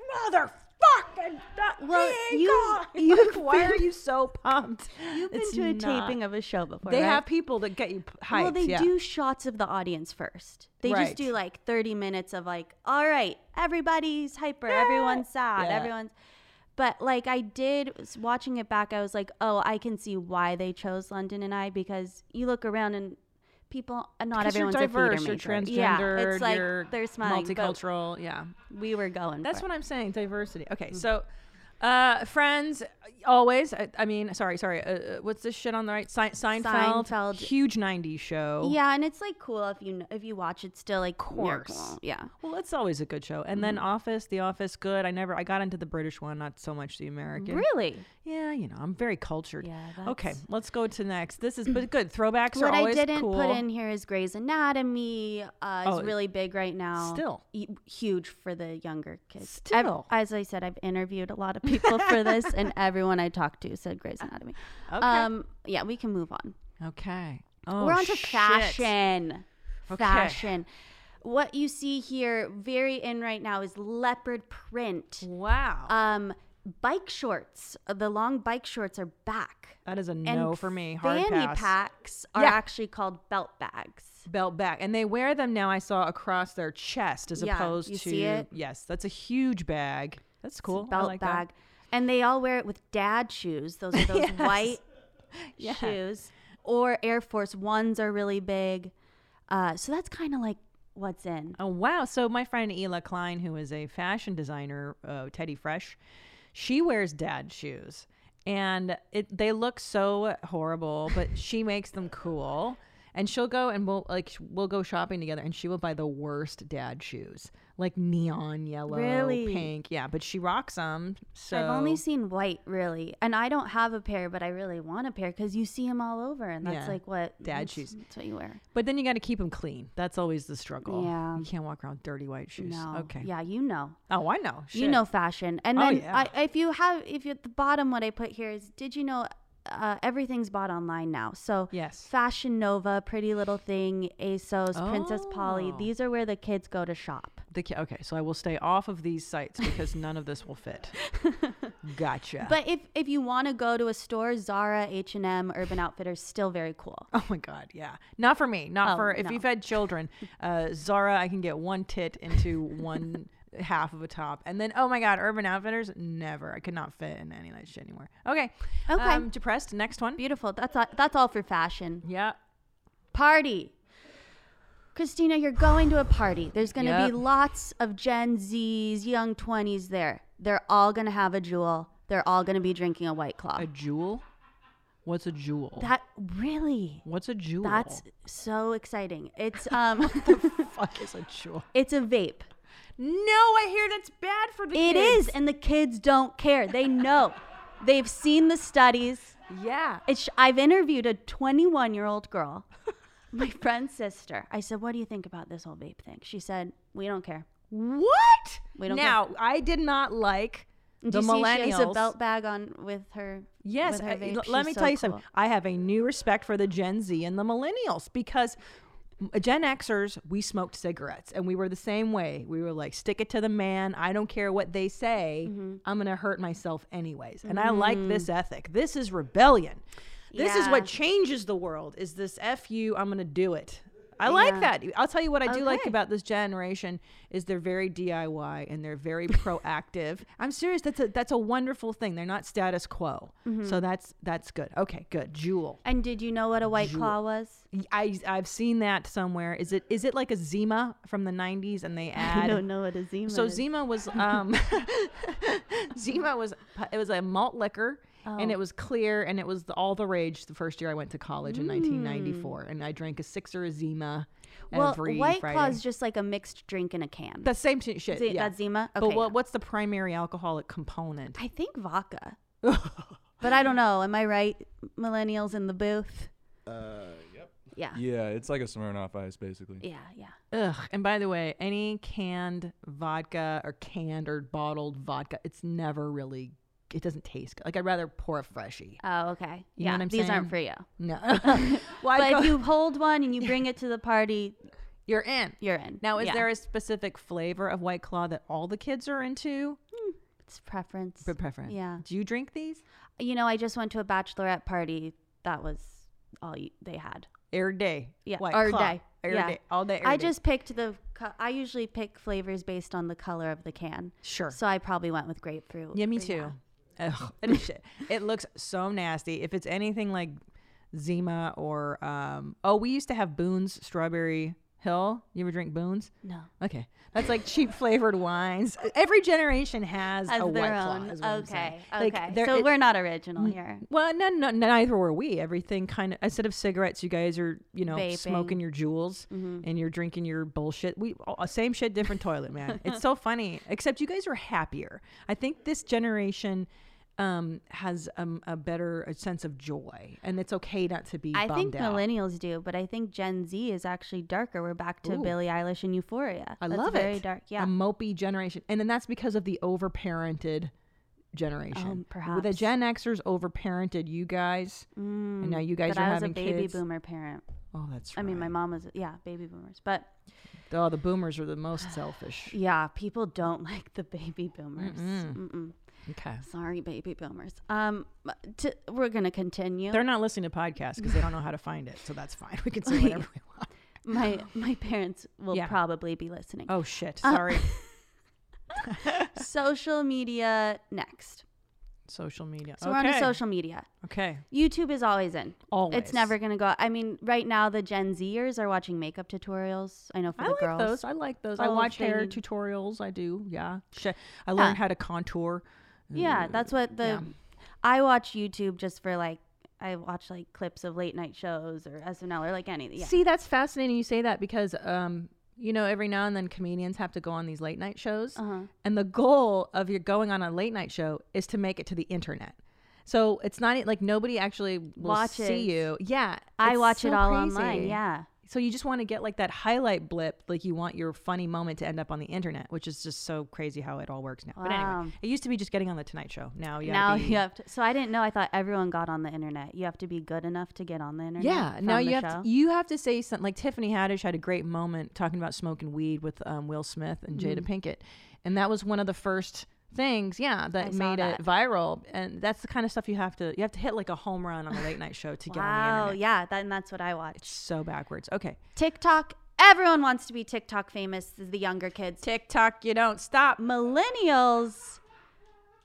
"Motherfucking that Well, [LAUGHS] eagle." you- you've like, why been- are you so pumped? You've Been to a taping of a show before. They right? have people that get you p- hyped. Well, they yeah. do shots of the audience first. They Right. just do like 30 minutes of like, all right, everybody's hyper, everyone's sad, Yeah. everyone's. But like I did s- watching it back, I was like, oh, I can see why they chose London and I because you look around and people, uh, not 'Cause everyone's you're diverse, a you're theater major. transgender, Yeah, it's like you're they're smiling, but multicultural. yeah, We were going. that's for what I'm saying. Diversity. Mm. Okay, so uh, friends, always. I, I mean, sorry, sorry. Uh, uh, what's this shit on the right? Se- Seinfeld, Seinfeld. huge '90s show. it. Yeah, and it's like cool if you kn- if you watch it still like of course. yeah. Well, it's always a good show. And Mm-hmm. then Office, The Office, good. I never, I got into the British one, not so much the American. Really, Yeah, you know, I'm very cultured. Yeah, okay, that's- let's go to next. This is, but good. Throwbacks are what I always didn't cool. put in here is Grey's Anatomy. Uh, Oh, is really big right now. still. E- huge for the younger kids. I've- Still. as I said, I've interviewed a lot of people for [LAUGHS] this, and everyone I talked to said Grey's Anatomy. Okay. Um, yeah, we can move on. okay. Oh, We're on to shit. fashion. Fashion. What you see here, very in right now, is leopard print. Wow. Um, bike shorts. uh, The long bike shorts are back. that is a And no for me. Hard fanny pass. packs are Yeah. actually called belt bags. Belt back, and they wear them now. I saw across their chest as Yeah, opposed you to see it? yes, that's a huge bag. That's cool. I belt like that. bag. And they all wear it with dad shoes. [LAUGHS] Those are those white shoes. Or Air Force Ones are really big. Uh, so that's kind of like what's in. Oh wow! So my friend Ela Klein, who is a fashion designer, uh, Teddy Fresh, she wears dad shoes, and it they look so horrible, but she makes them cool. And she'll go and we'll like sh- we'll go shopping together, and she will buy the worst dad shoes, like neon yellow, Really? pink. Yeah, but she rocks them. So I've only seen white, really. And I don't have a pair, but I really want a pair because you see them all over. And that's Yeah. like what Dad that's- shoes. That's what you wear. But then you got to keep them clean. That's always the struggle. Yeah. you can't walk around with dirty white shoes. No. Okay. Yeah, you know. Oh, I know. You Shit. know fashion. And Oh, then yeah. I, if you have, if you at the bottom, what I put here is did you know uh, everything's bought online now? So Yes. Fashion Nova, Pretty Little Thing, ASOS, Princess Oh. Polly, Ah. these are where the kids go to shop. The ki- okay, so I will stay off of these sites because none of this will [LAUGHS] fit. Gotcha. But if, if you want to go to a store, Zara, H&M, Urban Outfitters, still very cool. oh my god, yeah, not for me. Not Oh, for if no. you've had children. Uh, Zara, I can get one tit into one [LAUGHS] half of a top, and then oh my god, Urban Outfitters, never. I could not fit in any of that shit anymore. Okay. Okay. Um, depressed. Next one. Beautiful. That's all, that's all for fashion. Yeah. Party. Christina, you're going to a party. There's going to Yep. be lots of Gen Zs, young 20s there. They're all going to have a jewel. They're all going to be drinking a White Claw. A jewel. What's a jewel? that really? What's a jewel? That's so exciting. It's um [LAUGHS] fuck is a jewel. [LAUGHS] it's a vape. No, I hear that's bad for the It kids. is, and the kids don't care. They know. They've seen the studies. Yeah. It's, I've interviewed a 21 year [LAUGHS] old girl, my friend's sister. I said, What do you think about this whole vape thing? She said, We don't care. What? We don't now, I did not like And the do you see millennials. She has a belt bag on with her. Yes, with her I- vape. l- She's let me so tell you something. cool. I have a new respect for the Gen Z and the millennials because m- Gen Xers, we smoked cigarettes and we were the same way. We were like, stick it to the man. I don't care what they say. Mm-hmm. I'm going to hurt myself anyways. And I like this Mm. ethic. This is rebellion. This is Yeah. what changes the world is this F you, I'm going to do it. I like that. I'll tell you what I do like Okay. about this generation is they're very DIY and they're [LAUGHS] very proactive. I'm serious. That's a that's a wonderful thing. They're not status quo. Mm-hmm. So that's that's good. Okay, good. Jewel. And did you know what a white claw was? I I've seen that somewhere. Is it is it like a Zima from the 90s and they add [LAUGHS] I don't know what a Zima so [LAUGHS] [LAUGHS] is. Zima was um Zima was it was a malt liquor and Oh. it was clear, and it was the, all the rage the first year I went to college Mm. in 1994, and I drank a six or a Zima Well, every White Friday. Claw's just like a mixed drink in a can. that same t- shit. Ze- yeah. that's Zima? But Okay, what, yeah. what's the primary alcoholic component? I [LAUGHS] think vodka. but I don't know. Am I right, millennials in the booth? Uh, yep. Yeah. Yeah, it's like a Smirnoff Ice, basically. Yeah, yeah. Ugh. And by the way, any canned vodka or canned or bottled vodka, it's never really. It doesn't taste good. Like I'd rather pour a freshie. Oh, okay. You know yeah, what I'm these aren't saying? for you. No. [LAUGHS] [LAUGHS] But Why? [LAUGHS] if you hold one and you bring it to the party, You're in. you're in. Now, is Yeah. there a specific flavor of White Claw that all the kids are into? it's preference? For preference. Yeah. Do you drink these? You know, I just went to a bachelorette party. That was all you, they had. Every day. Yeah, White or Claw. day. Every Yeah. day. All day. every I day. just picked the. co- I usually pick flavors based on the color of the can. Sure. So I probably went with grapefruit. Yeah, me But too. Ugh, [LAUGHS] that is shit. It looks so nasty. If it's anything like Zima or um oh, we used to have Boone's Strawberry Hill. You ever drink Boone's? No. Okay, that's like cheap flavored wines. Every generation has, Has a white their claw. own. is what I'm okay. saying. Okay. Like, there- so it- Mm, we're not original here. Well, no, no, neither were we. Everything kind of instead of cigarettes, you guys are you know Vaping. Mm-hmm. smoking your jewels and you're drinking your bullshit. We all, same shit, different toilet, [LAUGHS] man. It's so funny. Except you guys are happier. I think this generation um, has um, a better a sense of joy, and it's okay not to be. I bummed think out. millennials do, but I think Gen Z is actually darker. We're back to Ooh. Billie Eilish and Euphoria. I That's love very it. dark. Yeah. a mopey generation, and then that's because of the overparented generation. Um, With the perhaps. Gen Xers overparented you guys, and now you guys but are I was a having baby kids. boomer parent. Oh, that's I right. mean, my mom was, yeah, baby boomers. But Oh, the boomers are the most selfish. yeah, people don't [LAUGHS] like the baby boomers. Mm-mm. Okay. Sorry, baby boomers. Um, to, we're gonna continue. They're not listening to podcasts because they don't know how to find it. So that's fine. We can [LAUGHS] say whatever we want. [LAUGHS] my [LAUGHS] my parents will Yeah. probably be listening. Oh, shit. Sorry. Social media next. social media. So okay. we're on to social media. Okay. YouTube is always in. Always. It's never gonna go. I mean, right now the Gen Zers are watching makeup tutorials. I know for I the like girls. those. I like those. I Oh, watch they hair need- tutorials. I do. Yeah. Shit. I learned Yeah. how to contour. Yeah, that's what the. I watch YouTube just for like. I watch like clips of late night shows or SNL or like anything. Yeah. See, that's fascinating you say that because, um, you know, every now and then comedians have to go on these late night shows. Uh-huh. And the goal of your going on a late night show is to make it to the internet. So it's not e, like nobody actually will Watches. see you. Yeah. I it's watch it so all crazy. online. Yeah. So you just want to get like that highlight blip, like you want your funny moment to end up on the internet, which is just so crazy how it all works now. But Wow. anyway, it used to be just getting on the Tonight Show. Now you now have to be, you have to. So I didn't know. I thought everyone got on the internet. You have to be good enough to get on the internet. yeah. from Now the you have show? to, you have to say something like Tiffany Haddish had a great moment talking about smoking weed with um, Will Smith and Jada Mm. Pinkett, and that was one of the first things, yeah, that saw made that. it viral. And that's the kind of stuff you have to you have to hit like a home run on a late night show to get on the Wow. internet. Yeah. Then that's what I watch. So backwards. Okay. TikTok. Everyone wants to be TikTok famous. The younger kids. TikTok, you don't stop. Millennials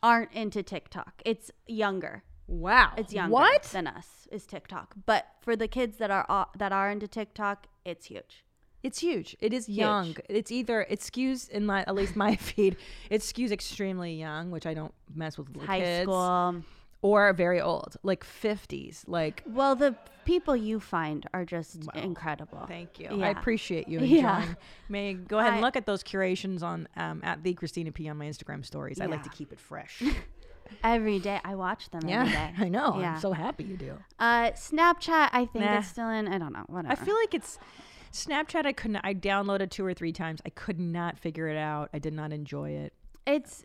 aren't into TikTok. It's younger. Wow. It's younger What? than us is TikTok. But for the kids that are uh, that are into TikTok, it's huge. It's huge. It is young. It's either it skews in my at least my [LAUGHS] feed. It skews extremely young, which I don't mess with little High kids, school. or very old, like fifties. Like Well, the people you find are just incredible. thank you. I Yeah. appreciate [LAUGHS] you. Enjoying. Yeah. May go ahead and I- look at those curations on um, at the Christina P on my Instagram stories. [LAUGHS] I like to Yeah. keep it fresh. Every day I watch them. Every yeah, day. [LAUGHS] I know. Yeah. I'm so happy you do. uh, Snapchat, I think Nah. it's still in. I don't know. Whatever. I feel like it's Snapchat. I couldn't. I downloaded two or three times. I could not figure it out. I did not enjoy it. it's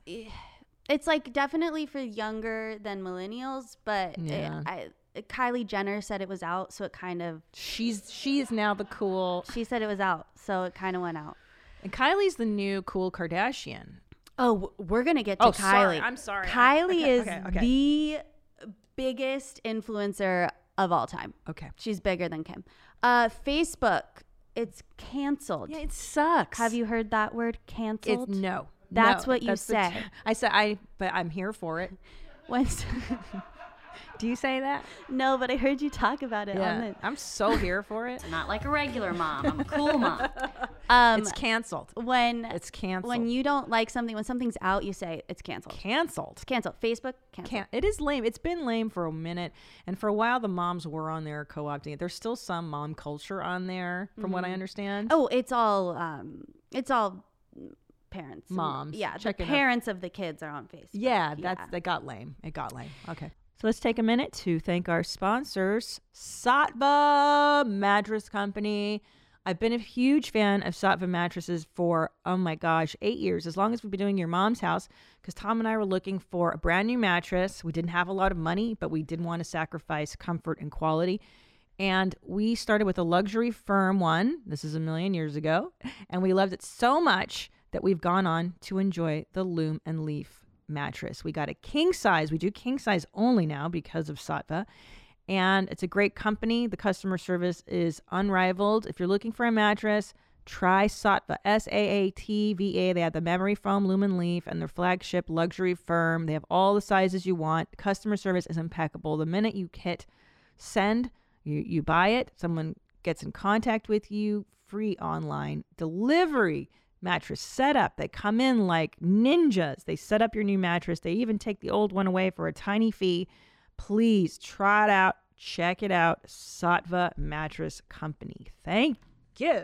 it's like definitely for younger than millennials, but it- Yeah. I, Kylie Jenner said it was out, so it kind of She's she is now the cool she said it was out, so it kind of went out. And Kylie's the new cool Kardashian. Oh, w- we're gonna get to Oh, Kylie. sorry. I'm sorry. I- Kylie okay, is okay, okay. the biggest influencer of all time. Okay. She's bigger than Kim. Uh, Facebook, it's canceled. Yeah, it sucks. Have you heard that word It's canceled? no. That's no, [LAUGHS] what you the say. ter- I said I, but I'm here for it. When, Do you say that? [LAUGHS] No, but I heard you talk about it on the. I'm so here for [LAUGHS] it. Not like a regular mom. I'm a cool [LAUGHS] mom. Um, it's canceled. when It's canceled. when you don't like something, when something's out, you say it's canceled. canceled. it's canceled. Facebook canceled. Can't, it is lame. It's been lame for a minute, and for a while the moms were on there co-opting it. There's still some mom culture on there, from what I understand. Oh, it's all um, it's all parents, and- Moms Yeah, the checking up. parents of the kids are on Facebook. Yeah, that's the that got lame. It got lame. Okay. So let's take a minute to thank our sponsors, Satva Mattress Company. I've been a huge fan of Satva mattresses for, oh my gosh, eight years, as long as we've been doing your mom's house, because Tom and I were looking for a brand new mattress. We didn't have a lot of money, but we didn't want to sacrifice comfort and quality. And we started with a luxury firm one. This is a million years ago. And we loved it so much that we've gone on to enjoy the Loom and Leaf mattress. We got a king size. We do king size only now because of Satva. And it's a great company. The customer service is unrivaled. If you're looking for a mattress, try Satva. S A A T V A. They have the memory foam, Lumen Leaf, and their flagship luxury firm. They have all the sizes you want. Customer service is impeccable. The minute you hit send you you buy it someone gets in contact with you free online delivery mattress setup they come in like ninjas they set up your new mattress they even take the old one away for a tiny fee please try it out check it out satva mattress company thank you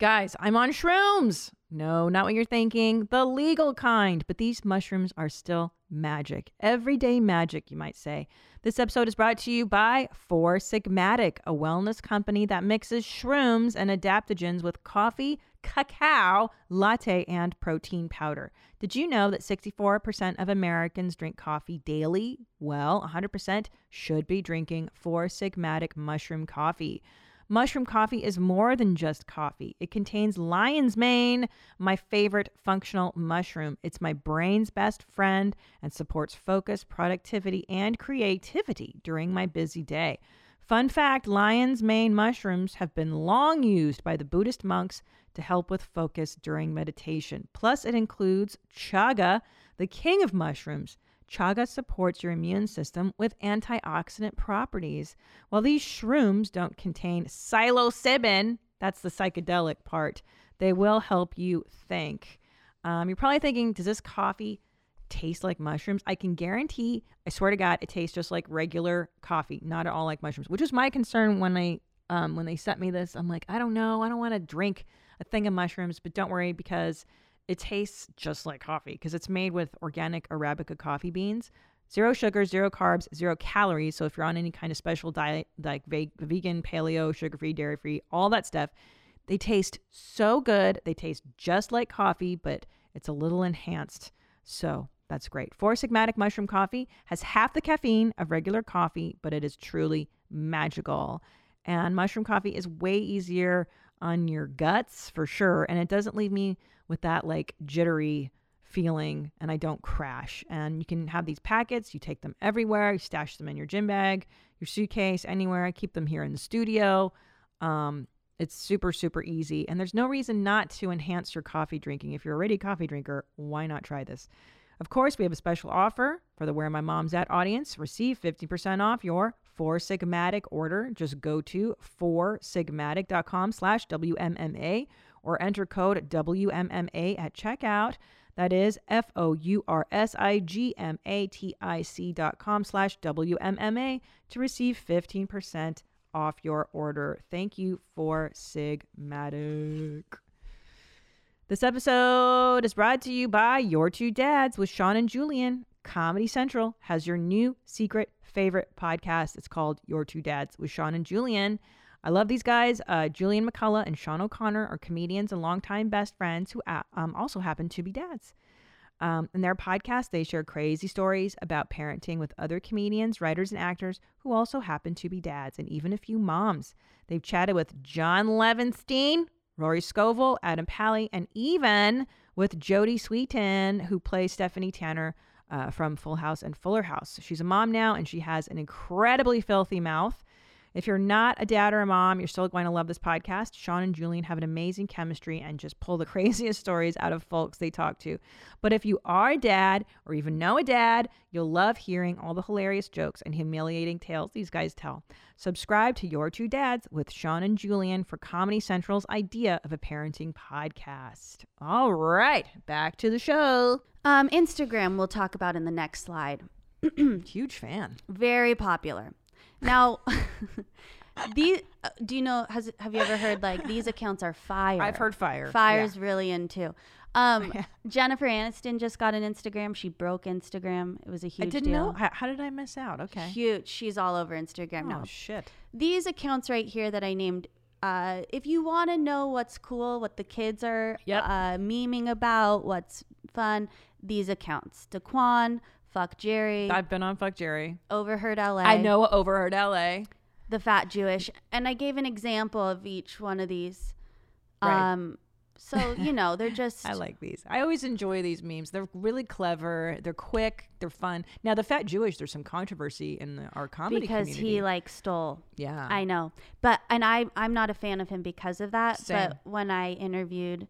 Guys, I'm on shrooms. No, not what you're thinking. The legal kind. But these mushrooms are still magic. Everyday magic, you might say. This episode is brought to you by Four Sigmatic, a wellness company that mixes shrooms and adaptogens with coffee, cacao, latte, and protein powder. Did you know that 64% of Americans drink coffee daily? Well, 100% should be drinking Four Sigmatic mushroom coffee. Mushroom coffee is more than just coffee. It contains lion's mane, my favorite functional mushroom. It's my brain's best friend and supports focus, productivity, and creativity during my busy day. Fun fact lion's mane mushrooms have been long used by the Buddhist monks to help with focus during meditation. Plus, it includes chaga, the king of mushrooms. Chaga supports your immune system with antioxidant properties. While these shrooms don't contain psilocybin, that's the psychedelic part, they will help you think. Um, you're probably thinking, does this coffee taste like mushrooms? I can guarantee, I swear to God, it tastes just like regular coffee, not at all like mushrooms, which was my concern when I um, when they sent me this. I'm like, I don't know, I don't want to drink a thing of mushrooms, but don't worry because it tastes just like coffee because it's made with organic Arabica coffee beans. Zero sugar, zero carbs, zero calories. So if you're on any kind of special diet, like ve- vegan, paleo, sugar free, dairy free, all that stuff, they taste so good. They taste just like coffee, but it's a little enhanced. So that's great. Four Sigmatic Mushroom Coffee has half the caffeine of regular coffee, but it is truly magical. And mushroom coffee is way easier on your guts for sure. And it doesn't leave me with that like jittery feeling and I don't crash. And you can have these packets, you take them everywhere, you stash them in your gym bag, your suitcase, anywhere. I keep them here in the studio. Um, it's super, super easy. And there's no reason not to enhance your coffee drinking. If you're already a coffee drinker, why not try this? Of course, we have a special offer for the Where My Mom's At audience. Receive 50% off your Four Sigmatic order. Just go to foursigmatic.com slash WMMA or enter code WMMA at checkout. That is F O U R S I G M A T I C dot com slash WMMA to receive 15% off your order. Thank you for Sigmatic. This episode is brought to you by Your Two Dads with Sean and Julian. Comedy Central has your new secret favorite podcast. It's called Your Two Dads with Sean and Julian. I love these guys. Uh, Julian McCullough and Sean O'Connor are comedians and longtime best friends who uh, um, also happen to be dads. Um, in their podcast, they share crazy stories about parenting with other comedians, writers, and actors who also happen to be dads and even a few moms. They've chatted with John Levinstein, Rory Scovel, Adam Pally, and even with Jodie Sweetin, who plays Stephanie Tanner uh, from Full House and Fuller House. She's a mom now, and she has an incredibly filthy mouth If you're not a dad or a mom, you're still going to love this podcast. Sean and Julian have an amazing chemistry and just pull the [LAUGHS] craziest stories out of folks they talk to. But if you are a dad or even know a dad, you'll love hearing all the hilarious jokes and humiliating tales these guys tell. Subscribe to Your Two Dads with Sean and Julian for Comedy Central's idea of a parenting podcast. All right, back to the show. Um, Instagram, we'll talk about in the next slide. Huge fan. Very popular. Now, [LAUGHS] these, uh, do you know, has, have you ever heard like these accounts are fire? I've heard fire. Fire's really into. [LAUGHS] Um, Jennifer Aniston just got an Instagram. She broke Instagram. It was a huge I didn't deal. know. How, how did I miss out? Okay. Huge. She's all over Instagram Oh now. shit. these accounts right here that I named, uh, if you want to know what's cool, what the kids are Yep. uh, memeing about, what's fun, these accounts. Daquan, Fuck Jerry, I've been on Fuck Jerry. Overheard LA, I know Overheard LA. The Fat Jewish. And I gave an example of each one of these. Right. Um, so, you know, they're just. [LAUGHS] I like these. I always enjoy these memes. They're really clever. They're quick. They're fun. Now the fat Jewish. There's some controversy in the, our comedy because community. he like stole. yeah. I know. But and I I'm not a fan of him because of that. Same. But when I interviewed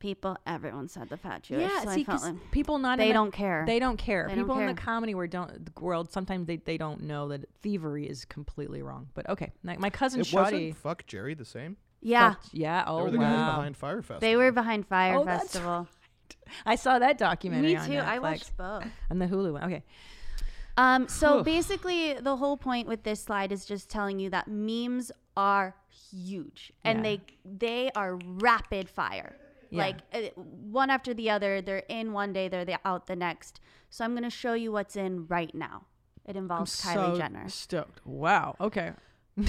people, everyone said the fat Jewish. yeah, so I see, felt 'cause like- people not in they the- don't care. They don't care. They don't people in the care. comedy world don't the world sometimes they, they don't know that thievery is completely wrong. But okay, like my cousin It Shotty. wasn't fuck Jerry the same. Yeah, fucked- yeah. They Oh were the guys wow. behind Firefest. they were behind Fire Oh, that's Festival. I saw that documentary. Me on too. I Netflix. watched both. And the Hulu one. Okay. Um, so Whew. basically, the whole point with this slide is just telling you that memes are huge and Yeah. they they are rapid fire. Yeah. Like uh, one after the other, they're in one day, they're the- out the next. So I'm gonna show you what's in right now. It involves Kylie so Jenner. Stoked. Wow. Okay.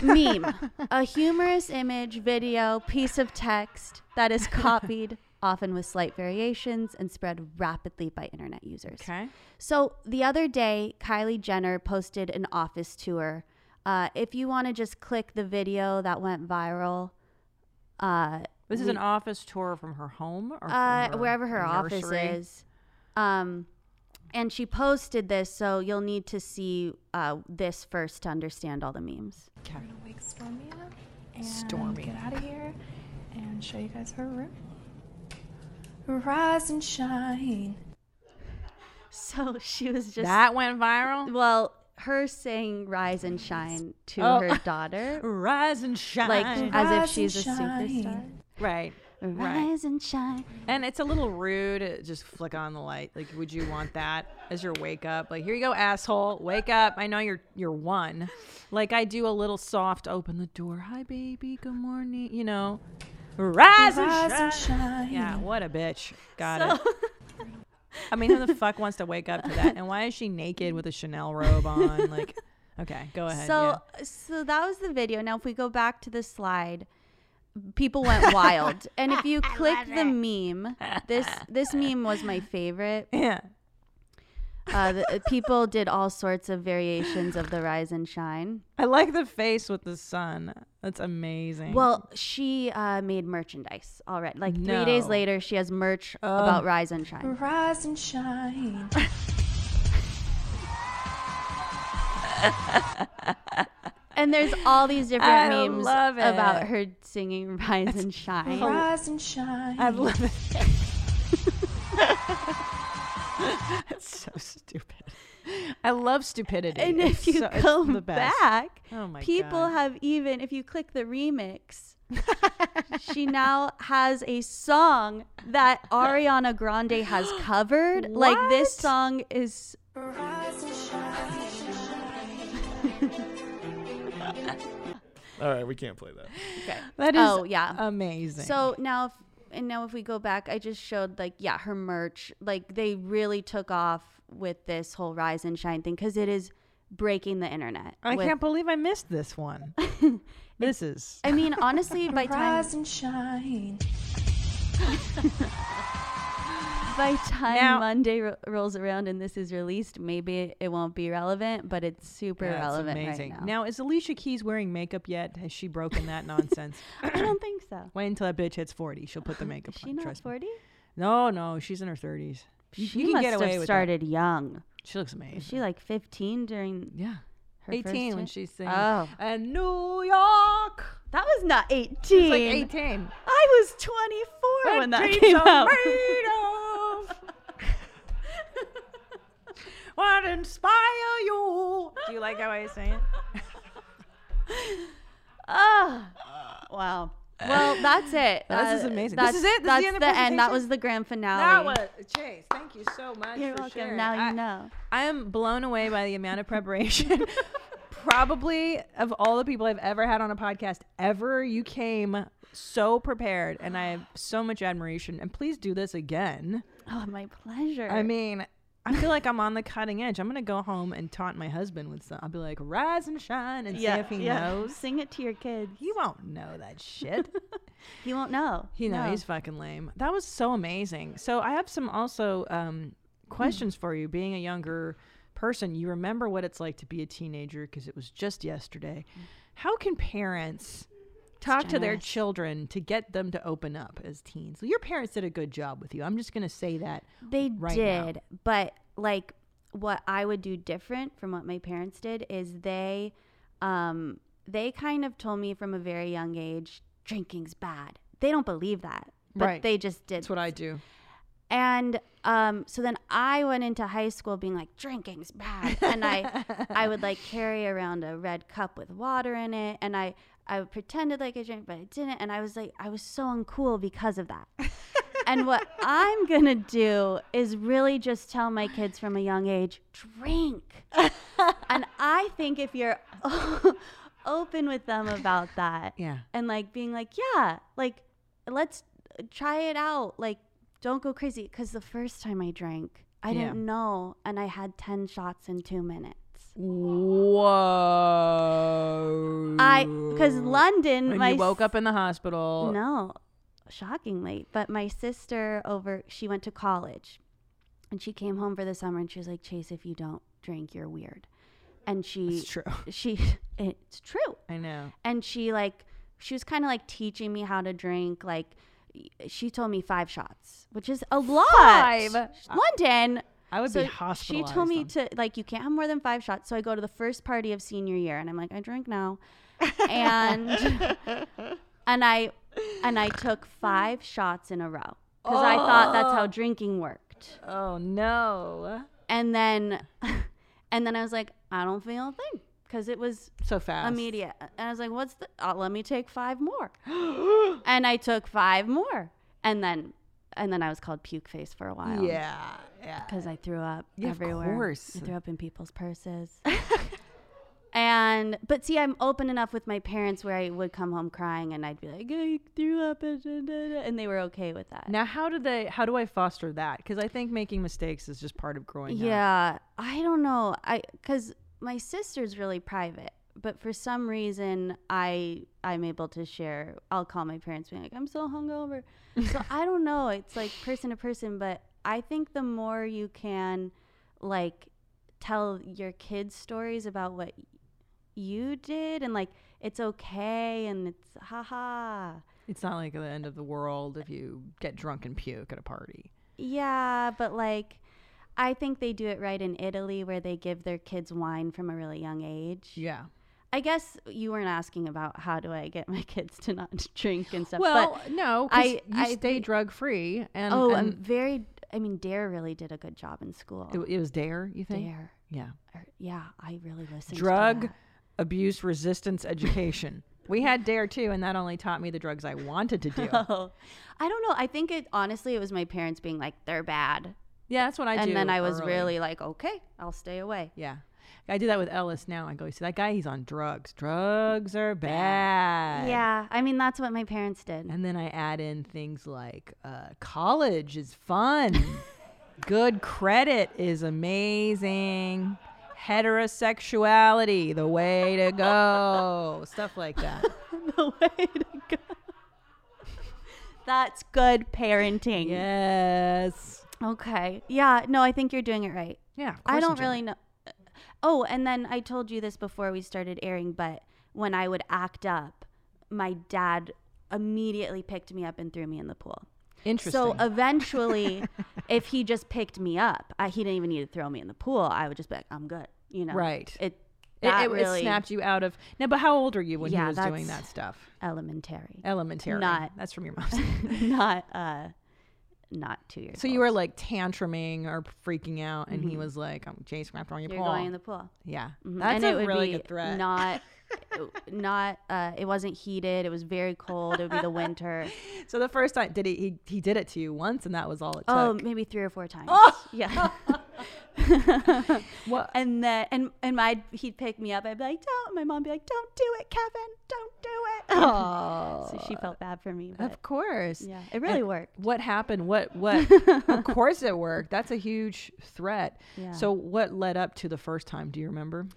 Meme, a humorous image, video, piece of text that is copied, often with slight variations, and spread rapidly by internet users. Okay. So the other day, Kylie Jenner posted an office tour. Uh, if you want to just click the video that went viral, uh, This is an office tour from her home or from uh, wherever her office nursery? is, um, and she posted this, so you'll need to see uh, this first to understand all the memes. [LAUGHS] Okay. wake Stormy up and Stormy get up. out of here and show you guys her room. Rise and shine. So she was just That went viral. well, her saying "Rise and Shine" to Oh. her daughter, [LAUGHS] Rise and shine. like as if Rise she's a and superstar. shine. right. Right. Rise and shine. And it's a little rude. uh, Just flick on the light. Like, would you want that as your wake up? Like, here you go, asshole. Wake up. I know you're you're one. Like, I do a little soft. Open the door. Hi, baby. Good morning. You know. Rise, Rise and and shine. shine. Yeah. Mm. What a bitch. Got it. I mean, who the fuck wants to wake up to that? And why is she naked with a Chanel robe on? Like, okay, go ahead. yeah. [LAUGHS] So so that was the video. Now if we go back to the slide, [LAUGHS] people went wild. and if you click the meme, this this meme was my favorite. Yeah. Uh, the, uh, people did all sorts of variations of the rise and shine. I like the face with the sun. That's amazing. Well, she uh, made merchandise already. Like three days No. Oh. later, she has merch about rise and shine. Rise and shine. And there's all these different I memes love it. about her singing rise and Oh. shine. Rise and [LAUGHS] shine. I love it. [LAUGHS] That's so stupid. I love stupidity. And if It's you so- it's come the best. back, Oh my people God. have even, if you click the [LAUGHS] remix, she now has a song [LAUGHS] that Ariana [GASPS] Grande has covered. Like this What? song is Rise and shine. All right, we can't play that. that is Oh, yeah. amazing. so now. If, and now if we go back, I just showed like yeah, her merch. Like they really took off with this whole rise and shine thing because it is breaking the internet. I with- can't believe I missed this [LAUGHS] one. this is I mean, honestly, by time [LAUGHS] Rise and shine. [LAUGHS] By time Now- Monday ro- rolls around and this is released, maybe it won't be relevant, but it's super yeah, it's relevant amazing. right now. now, is Alicia Keys wearing makeup yet? Has she broken [LAUGHS] that nonsense? [CLEARS THROAT] I don't think so. Wait until that bitch hits forty. She'll put the makeup Is she on. not trust me. forty? No, no, she's in her thirties. She you can must get away have with that. started young. She looks amazing. Was she like fifteen during yeah. Her first 18 when hit? she sang. Oh. And New York. That was not 18. It's like 18. I was 24 when that Dreams came are [LAUGHS] out. made of What inspire you? Do you like how I sing it? Ah, wow. Well, that's it. [LAUGHS] Uh, This is amazing. This that's- is it? This is the that's end of the end. That presentation? was the grand finale. That was Chase. Thank you so much. You're for welcome. sharing. Now you I- know. I am blown away by the amount of preparation. [LAUGHS] Probably of all the people I've ever had on a podcast ever, you came so prepared, and I have so much admiration. And please do this again. Oh, my pleasure. I mean, I feel like I'm on the cutting edge. I'm gonna go home and taunt my husband with some. I'll be like, "Rise and shine," and see if he knows. Sing it to your kids. He won't know that shit. He won't know. He know he's fucking lame. That was so amazing. So I have some also um, Hmm. questions for you. Being a younger person, you remember what it's like to be a teenager because it was just yesterday. Hmm. How can parents talk to their generous. children to get them to open up as teens? Your parents did a good job with you. I'm just gonna say that. They right now. did, but like what I would do different from what my parents did is they um they kind of told me from a very young age drinking's bad. They don't believe that. But Right. they just did. That's what I do. and um so then I went into high school being like drinking's bad and I I would like carry around a red cup with water in it and I I pretended like I drank but I didn't and I was like I was so uncool because of that. and what I'm going to do is really just tell my kids from a young age, drink. and I think if you're [LAUGHS] open with them about that Yeah. and like being like, yeah, like let's uh, try it out. Like don't go crazy cuz the first time I drank, I Yeah. didn't know and I had 10 shots in 2 minutes. Whoa. I cuz London When my you woke s- up in the hospital. No, shockingly. But my sister over, she went to college and she came home for the summer and she was like, Chase, if you don't drink, you're weird. And she, It's true. she, [LAUGHS] it's true. I know. And she, like, she was kind of like teaching me how to drink. Like, y- she told me five shots, which is a lot. Five? London. I would So be she hospitalized. told me on- to like you can't have more than five shots. So I go to the first party of senior year, and I'm like, I drink now, [LAUGHS] and and I and I took five shots in a row because I thought that's how drinking worked. Oh no. And then [LAUGHS] and then I was like, I don't feel a thing because it was So fast. immediate. And I was like, what's the? Uh, let me take [GASPS] five more. and I took five more, and then and then I was called puke face for a while. Yeah. Yeah. because I threw up Yeah, of everywhere. course. I threw up in people's [LAUGHS] purses. and but see, I'm open enough with my parents where I would come home crying and I'd be like, I threw up, and da, da, da," and they were okay with that. Now, how do they? How do I foster that? Because I think making mistakes is just part of growing up. yeah, I don't know. I because my sister's really private. But for some reason, I I'm able to share. I'll call my parents, being like, "I'm so hungover." [LAUGHS] so I don't know. It's like person to person, but I think the more you can, like, tell your kids stories about what you did, and like, it's okay, and it's haha. It's not like the end of the world if you get drunk and puke at a party. Yeah, but like I think they do it right in Italy where they give their kids wine from a really young age. Yeah. I guess you weren't asking about how do I get my [LAUGHS] kids to not drink and stuff. Well, but no, 'cause I- you I stay thi- drug free, and oh, I'm and very I mean Dare really did a good job in school. it, it was dare. You think? Dare. Yeah. Or- yeah, I really listened to Drug that. abuse resistance education. we had dare too, and that only taught me the drugs I wanted [LAUGHS] to do. Oh, I don't know. I think it honestly it was my parents being like they're bad. yeah, that's what I do. and then I was early. really like, okay, I'll stay away. Yeah. I do that with Ellis now. I go, you see that guy? He's on drugs. Drugs are bad. Yeah, I mean that's what my parents did. And then I add in things like uh, college is [LAUGHS] fun, good credit is amazing, heterosexuality, the way to go, stuff like [LAUGHS] that. [LAUGHS] the way to go. That's good parenting. Yes. Okay. Yeah. No, I think you're doing it right. Yeah. of I course you don't do. really know. Oh, and then I told you this before we started airing, but when I would act up, my dad immediately picked me up and threw me in the pool. Interesting. So uh, [LAUGHS] eventually, if he just picked me up, I, he didn't even need to throw me in the pool. I would just be like, I'm good. You know. Right. It. It, That it, really it snapped you out of. Now, but how old are you when Yeah, he was doing that's- that stuff? [LAUGHS] elementary. [LAUGHS] Elementary. Not- That's from your mom's. not uh not two years. so you were like tantruming or freaking out, and he was like, "I'm Jason wrapped around your Mm-hmm. you're paw." going in the pool. yeah, Mhm. that's and a it would really be good threat. [LAUGHS] Not not uh it wasn't heated, it was very cold, it would be [LAUGHS] the winter. so the first time did he, he he did it to you once, and that was all it took. Oh, maybe three or four times. Oh. [LAUGHS] Yeah. [LAUGHS] What- And then and and my he'd pick me up. I'd be like, "Don't." My mom would be like, "Don't do it, Kevin. Don't do it." [LAUGHS] so she felt bad for me. But of course. yeah, it really And worked. What happened? What what? [LAUGHS] of course it worked. That's a huge threat. Yeah. So what led up to the first time? Do you remember?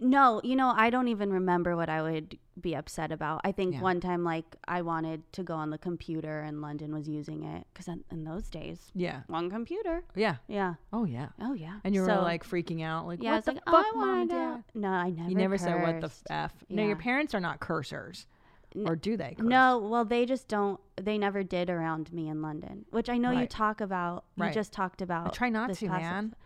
No, you know, I don't even remember what I would be upset about. I think one time, like, I wanted to go on the computer and London was using it because in, in those days, Yeah. one computer. Yeah. Yeah. Oh yeah. Oh yeah. And you were So, like freaking out, like yeah, I what was the like, "Oh, fuck, I mom want and to. dad. No, I never. You never said what the cursed. f. No, your Yeah. parents are not cursors, or do they? Curse? No, well, they just don't. They never did around me in London, which I know you Right. talk about. Right. You just talked about. try not this to, past man. episode.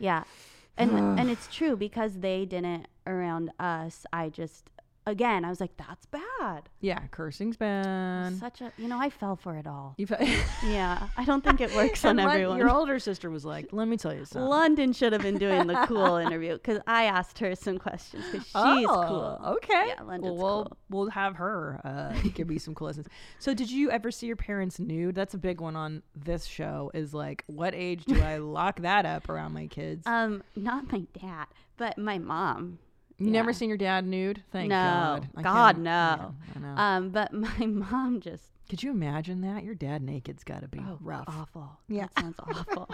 Yeah, [SIGHS] and and it's true because they didn't around us. I just again, I was like, that's bad. Yeah, cursing's bad. Such a you know, I fell for it all. [LAUGHS] You've [LAUGHS] Yeah, I don't think it [LAUGHS] works on And Lon- [LAUGHS] everyone. Your older sister was like, "Let me tell you something." London should have been doing the [LAUGHS] cool interview because I asked her some questions because she's oh, cool. Okay. Yeah, London's well, cool. we'll, we'll have her [LAUGHS] uh, give me some cool lessons. So, did you ever see your parents nude? That's a big one on this show. Is like, what age do [LAUGHS] I lock that up around my kids? Um, not my dad, but my mom. you never seen your dad nude? Thank no, God. I God, can't- no. yeah, I know. Um, but [LAUGHS] my mom just Could you imagine that? Your dad naked's got to be Oh, rough. awful. Yeah. that sounds [LAUGHS] awful.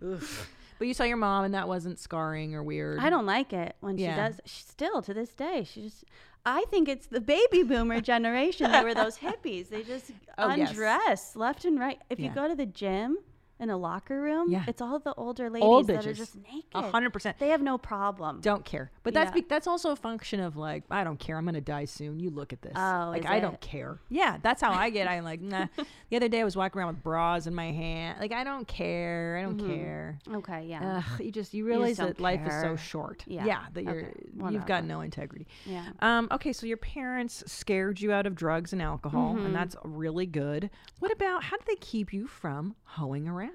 But you saw your mom, and that wasn't scarring or weird. I don't like it when Yeah. she does. She, still to this day, she just. I think it's the baby boomer generation. They were [LAUGHS] those hippies. They just Oh, yes. undress left and right. If Yeah. you go to the gym in a locker room, Yeah. it's all the older ladies Old that are bitches. just naked. A hundred percent. They have no problem. don't care. But that's Yeah. be- that's also a function of like I don't care. I'm gonna die soon. You look at this. Oh, like is I don't it? care. Yeah, that's how I get. I'm like [LAUGHS] nah. The other day I was walking around with bras in my hand. Like I don't care. I don't care. Okay, yeah. Mm-hmm. Ugh, you just you realize don't that life is so care. short. Yeah. that you're Okay. you've got Whatever. no integrity. Yeah. Um. Okay. So your parents scared you out of drugs and alcohol, and that's really good. What about how do they keep you from hoeing around?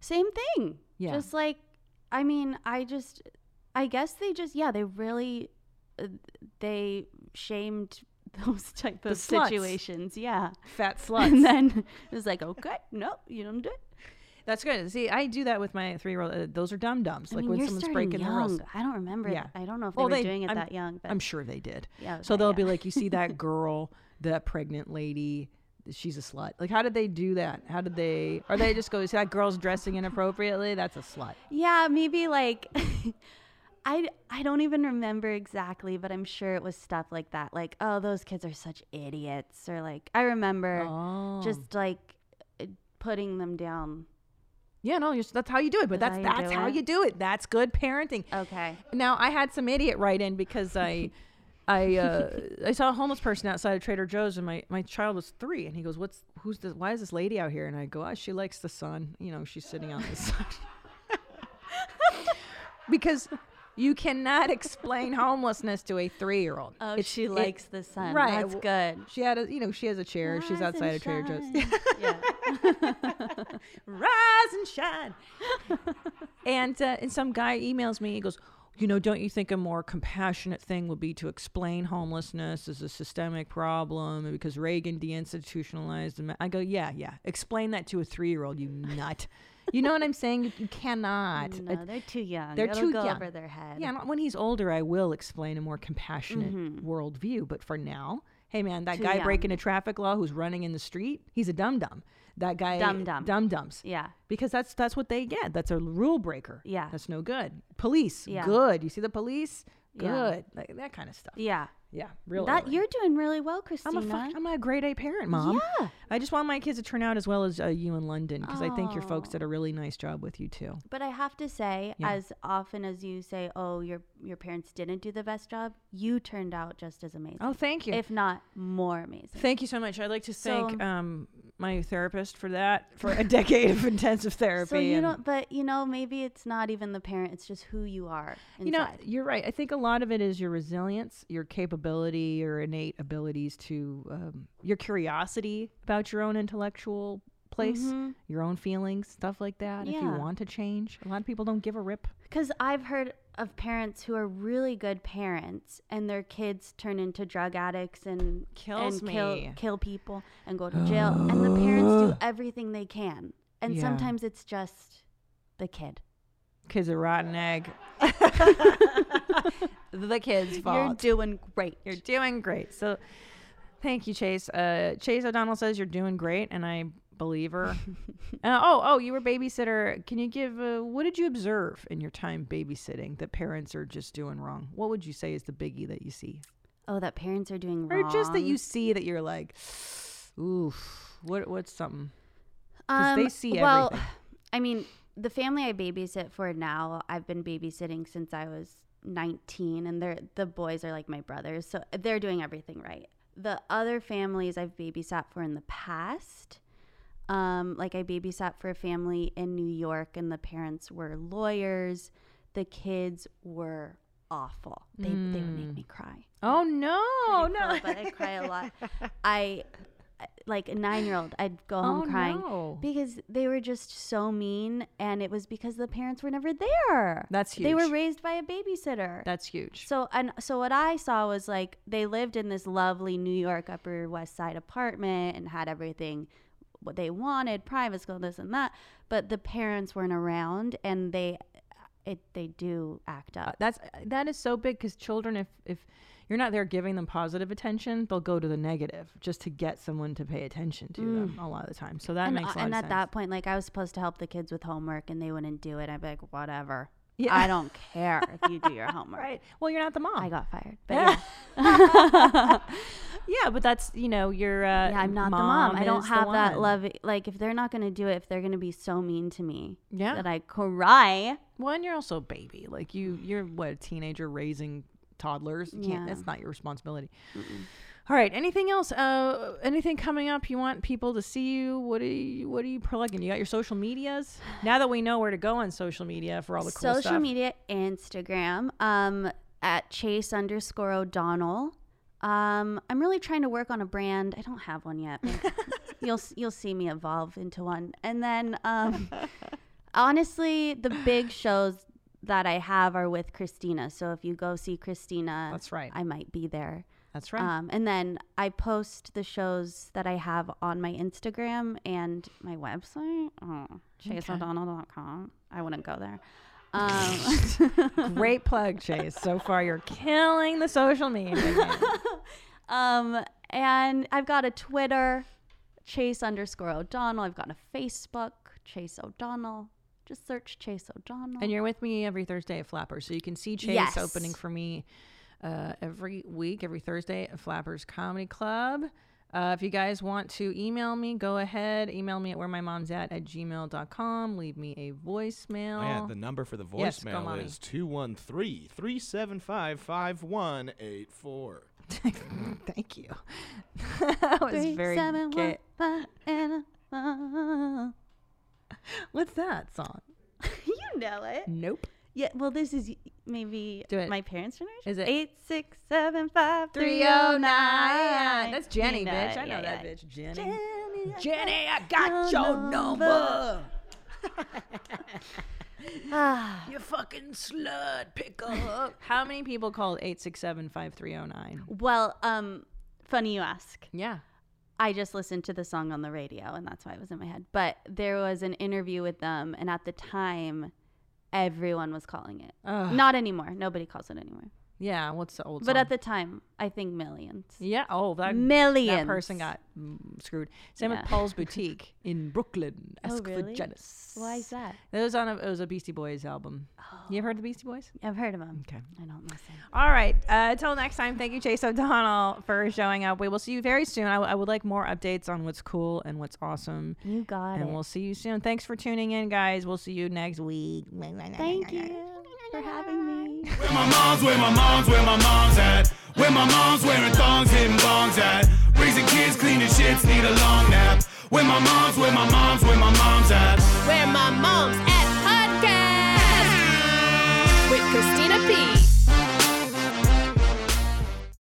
Same thing. Yeah. Just like, I mean, I just, I guess they just, yeah, they really, uh, they shamed [LAUGHS] those type of sluts. situations. Yeah. [LAUGHS] Fat sluts. And then it was like, okay, no, you don't do it. That's good. See, I do that with my three-year-old. Uh, those are dum dums. I Like mean, when you're someone's starting breaking young. the rules. I don't remember. Yeah. I don't know if Well, they were they- doing it I'm- that young, but I'm sure they did. Yeah, So okay, they'll yeah. be like, you [LAUGHS] see that girl, that pregnant lady, she's a slut. Like, how did they do that? How did they? Or they just go, you see that girl's dressing inappropriately? That's a slut. yeah, maybe like. [LAUGHS] I, I don't even remember exactly, but I'm sure it was stuff like that. Like, oh, those kids are such idiots. Or, like, I remember Oh. just like uh, putting them down. yeah, no, you're, that's how you do it. But that's That's how you that's do how it? you do it. That's good parenting. Okay. Now I had some idiot write in because [LAUGHS] I, I, uh, I saw a homeless person outside of Trader Joe's, and my my child was three, and he goes, "What's who's this? Why is this lady out here?" And I go, "Ah, she likes the sun. You know, she's sitting out in the [LAUGHS] sun." because you cannot explain homelessness to a three year old. Oh, she likes the sun. That's good. She had a, you know, she has a chair. She's Rise outside and of Trader Joe's. [LAUGHS] shine. yeah. rise and shine. [LAUGHS] and uh, and some guy emails me. He goes, you know, don't you think a more compassionate thing would be to explain homelessness as a systemic problem because Reagan deinstitutionalized? Them? I go, yeah, yeah. Explain that to a three-year-old, you nut. You know what I'm saying? You, you [LAUGHS] cannot. No, Uh, they're too young. they're It'll too go young. over their head. yeah, and when he's older, I will explain a more compassionate worldview. But for now, hey man, that Mm-hmm. Too guy young. breaking a traffic law who's running in the street, he's a dum dum. That guy, Dum-dum. dum dums Yeah. because that's that's what they get. That's a rule breaker. Yeah. that's no good. Police, Yeah. good. You see the police, Yeah. good. Like that kind of stuff. Yeah. Yeah, real. That early. you're doing really well, Christina. I'm a fuck, I'm a grade A parent, mom. Yeah. I just want my kids to turn out as well as uh, you in London because I think your Oh. folks did a really nice job with you too. but I have to say, as often as you say, "Oh, your your parents didn't do the best job," you turned out just as amazing, Oh, thank you. if not more amazing. Thank you so much. I'd like to thank So- um, my therapist for that for a [LAUGHS] decade of intensive therapy. So you and- don't, but you know, maybe it's not even the parent; it's just who you are inside. you know, you're right. I think a lot of it is your resilience, your capability, your innate abilities to, um, your curiosity about your own intellectual place, your own feelings, stuff like that. If you Mm-hmm. Yeah. want to change, a lot of people don't give a rip. Because I've heard of parents who are really good parents and their kids turn into drug addicts and, Kills and kill, me. kill people and go to jail. and the parents do everything they can. And Yeah. sometimes it's just the kid. [LAUGHS] Kids a rotten egg. [LAUGHS] the kids' fault. You're doing great. You're doing great. So thank you, Chase. Uh, Chase O'Donnell says you're doing great, and I believe [LAUGHS] her. uh, oh, oh, you were babysitter. Can you give, uh, what did you observe in your time babysitting that parents are just doing wrong? What would you say is the biggie that you see? oh, that parents are doing wrong. Or just that you see that you're like, [SIGHS] oof, what, what's something? 'cause Um, they see well, everything. [SIGHS] I mean, the family I babysit for now, I've been babysitting since I was 19, and they're the boys are like my brothers, so they're doing everything right. The other families I've babysat for in the past, um, like I babysat for a family in New York, and the parents were lawyers. The kids were awful. They, they would make me cry. Oh, no, no. Well, but I cry a lot. I like a nine year old. I'd go home Oh, crying no. because they were just so mean, and it was because the parents were never there. That's They were huge. raised by a babysitter. [LAUGHS] That's huge. so and so what I saw was like they lived in this lovely New York Upper West Side apartment and had everything what they wanted, private school, this and that. But the parents weren't around, and they it they do act up. that's that is so big because children if if you're not there giving them positive attention they'll go to the negative just to get someone to pay attention to Mm. them a lot of the time so that and, makes a uh, lot and of at sense that point like i was supposed to help the kids with homework and they wouldn't do it i'd be like whatever Yeah. i don't care if you [LAUGHS] do your homework right well you're not the mom i got [LAUGHS] fired but yeah, yeah but that's you know you're uh, Yeah, i'm not the mom i don't is the have that one. love like if they're not going to do it if they're going to be so mean to me Yeah. that i cry well and you're also a baby like you you're what a teenager raising toddlers you can't Mm. Yeah. that's not your responsibility All right. Anything else? Uh, anything coming up? You want people to see you? What are you? What are you plugging? You got your social medias. Now that we know where to go on social media for all the cool social stuff. media instagram um at chase underscore o'donnell um i'm really trying to work on a brand i don't have one yet [LAUGHS] but you'll s- you'll see me evolve into one and then um honestly the big shows that i have are with christina so if you go see christina That's right. i might be there That's right. um, and then I post the shows that I have on my Instagram and my website, oh, chaseodonnell.com. I wouldn't go [LAUGHS] there. Um, [LAUGHS] Great plug, Chase. So far, you're killing the social media. [LAUGHS] game. um, and I've got a Twitter, Chase underscore O'Donnell. I've got a Facebook, Chase O'Donnell. Just search Chase O'Donnell. and you're with me every Thursday at Flappers, so you can see Chase Yes. opening for me uh, every week, every Thursday at Flappers Comedy Club. Uh, if you guys want to email me, go ahead. Email me at where my mom's at at gmail.com. Leave me a Oh, voicemail. yeah, the number for the Yes, go, voicemail mommy. is 213 375 5184. [LAUGHS] Thank you. that was Three, very seven, gay. one, five, and [LAUGHS] a- What's that song? you know it. Nope. Yeah, well, this is maybe Do it. my parents' generation. Is it- eight six seven five three zero 309. nine? That's Jenny, You know bitch. it, I know yeah, that yeah. bitch, Jenny. Jenny, I Jenny, I got your your number. number. Ah, You fucking slut, pick up. [LAUGHS] How many people called 867 5309? [SIGHS] well, um, funny you ask. Yeah. I just listened to the song on the radio, and that's why it was in my head. But there was an interview with them, and at the time, everyone was calling it. Ugh. Not anymore. Nobody calls it anymore. Yeah. What's the old But song? at the time, I think millions. Yeah. Oh, that Millions. That person got mm, screwed. Same Yeah. Oh, with [LAUGHS] Paul's Boutique in Brooklyn. Ask for really? Janice. Why is that? It was on a, it was a Beastie Boys album. You ever heard the Beastie Boys? I've heard of them. Okay. I don't listen. All right. Uh, till next time, thank you, Chase O'Donnell, for showing up. We will see you very soon. I, I would like more updates on what's cool and what's awesome. You got and it. we'll see you soon. Thanks for tuning in, guys. We'll see you next week. Thank you for having me. Where my mom's, where my mom's, where my mom's at. Where my mom's wearing thongs, hitting bongs at. Raising kids, cleaning shits, need a long nap. Where my mom's, where my mom's, where my mom's at. Where my mom's at podcast with Christina P.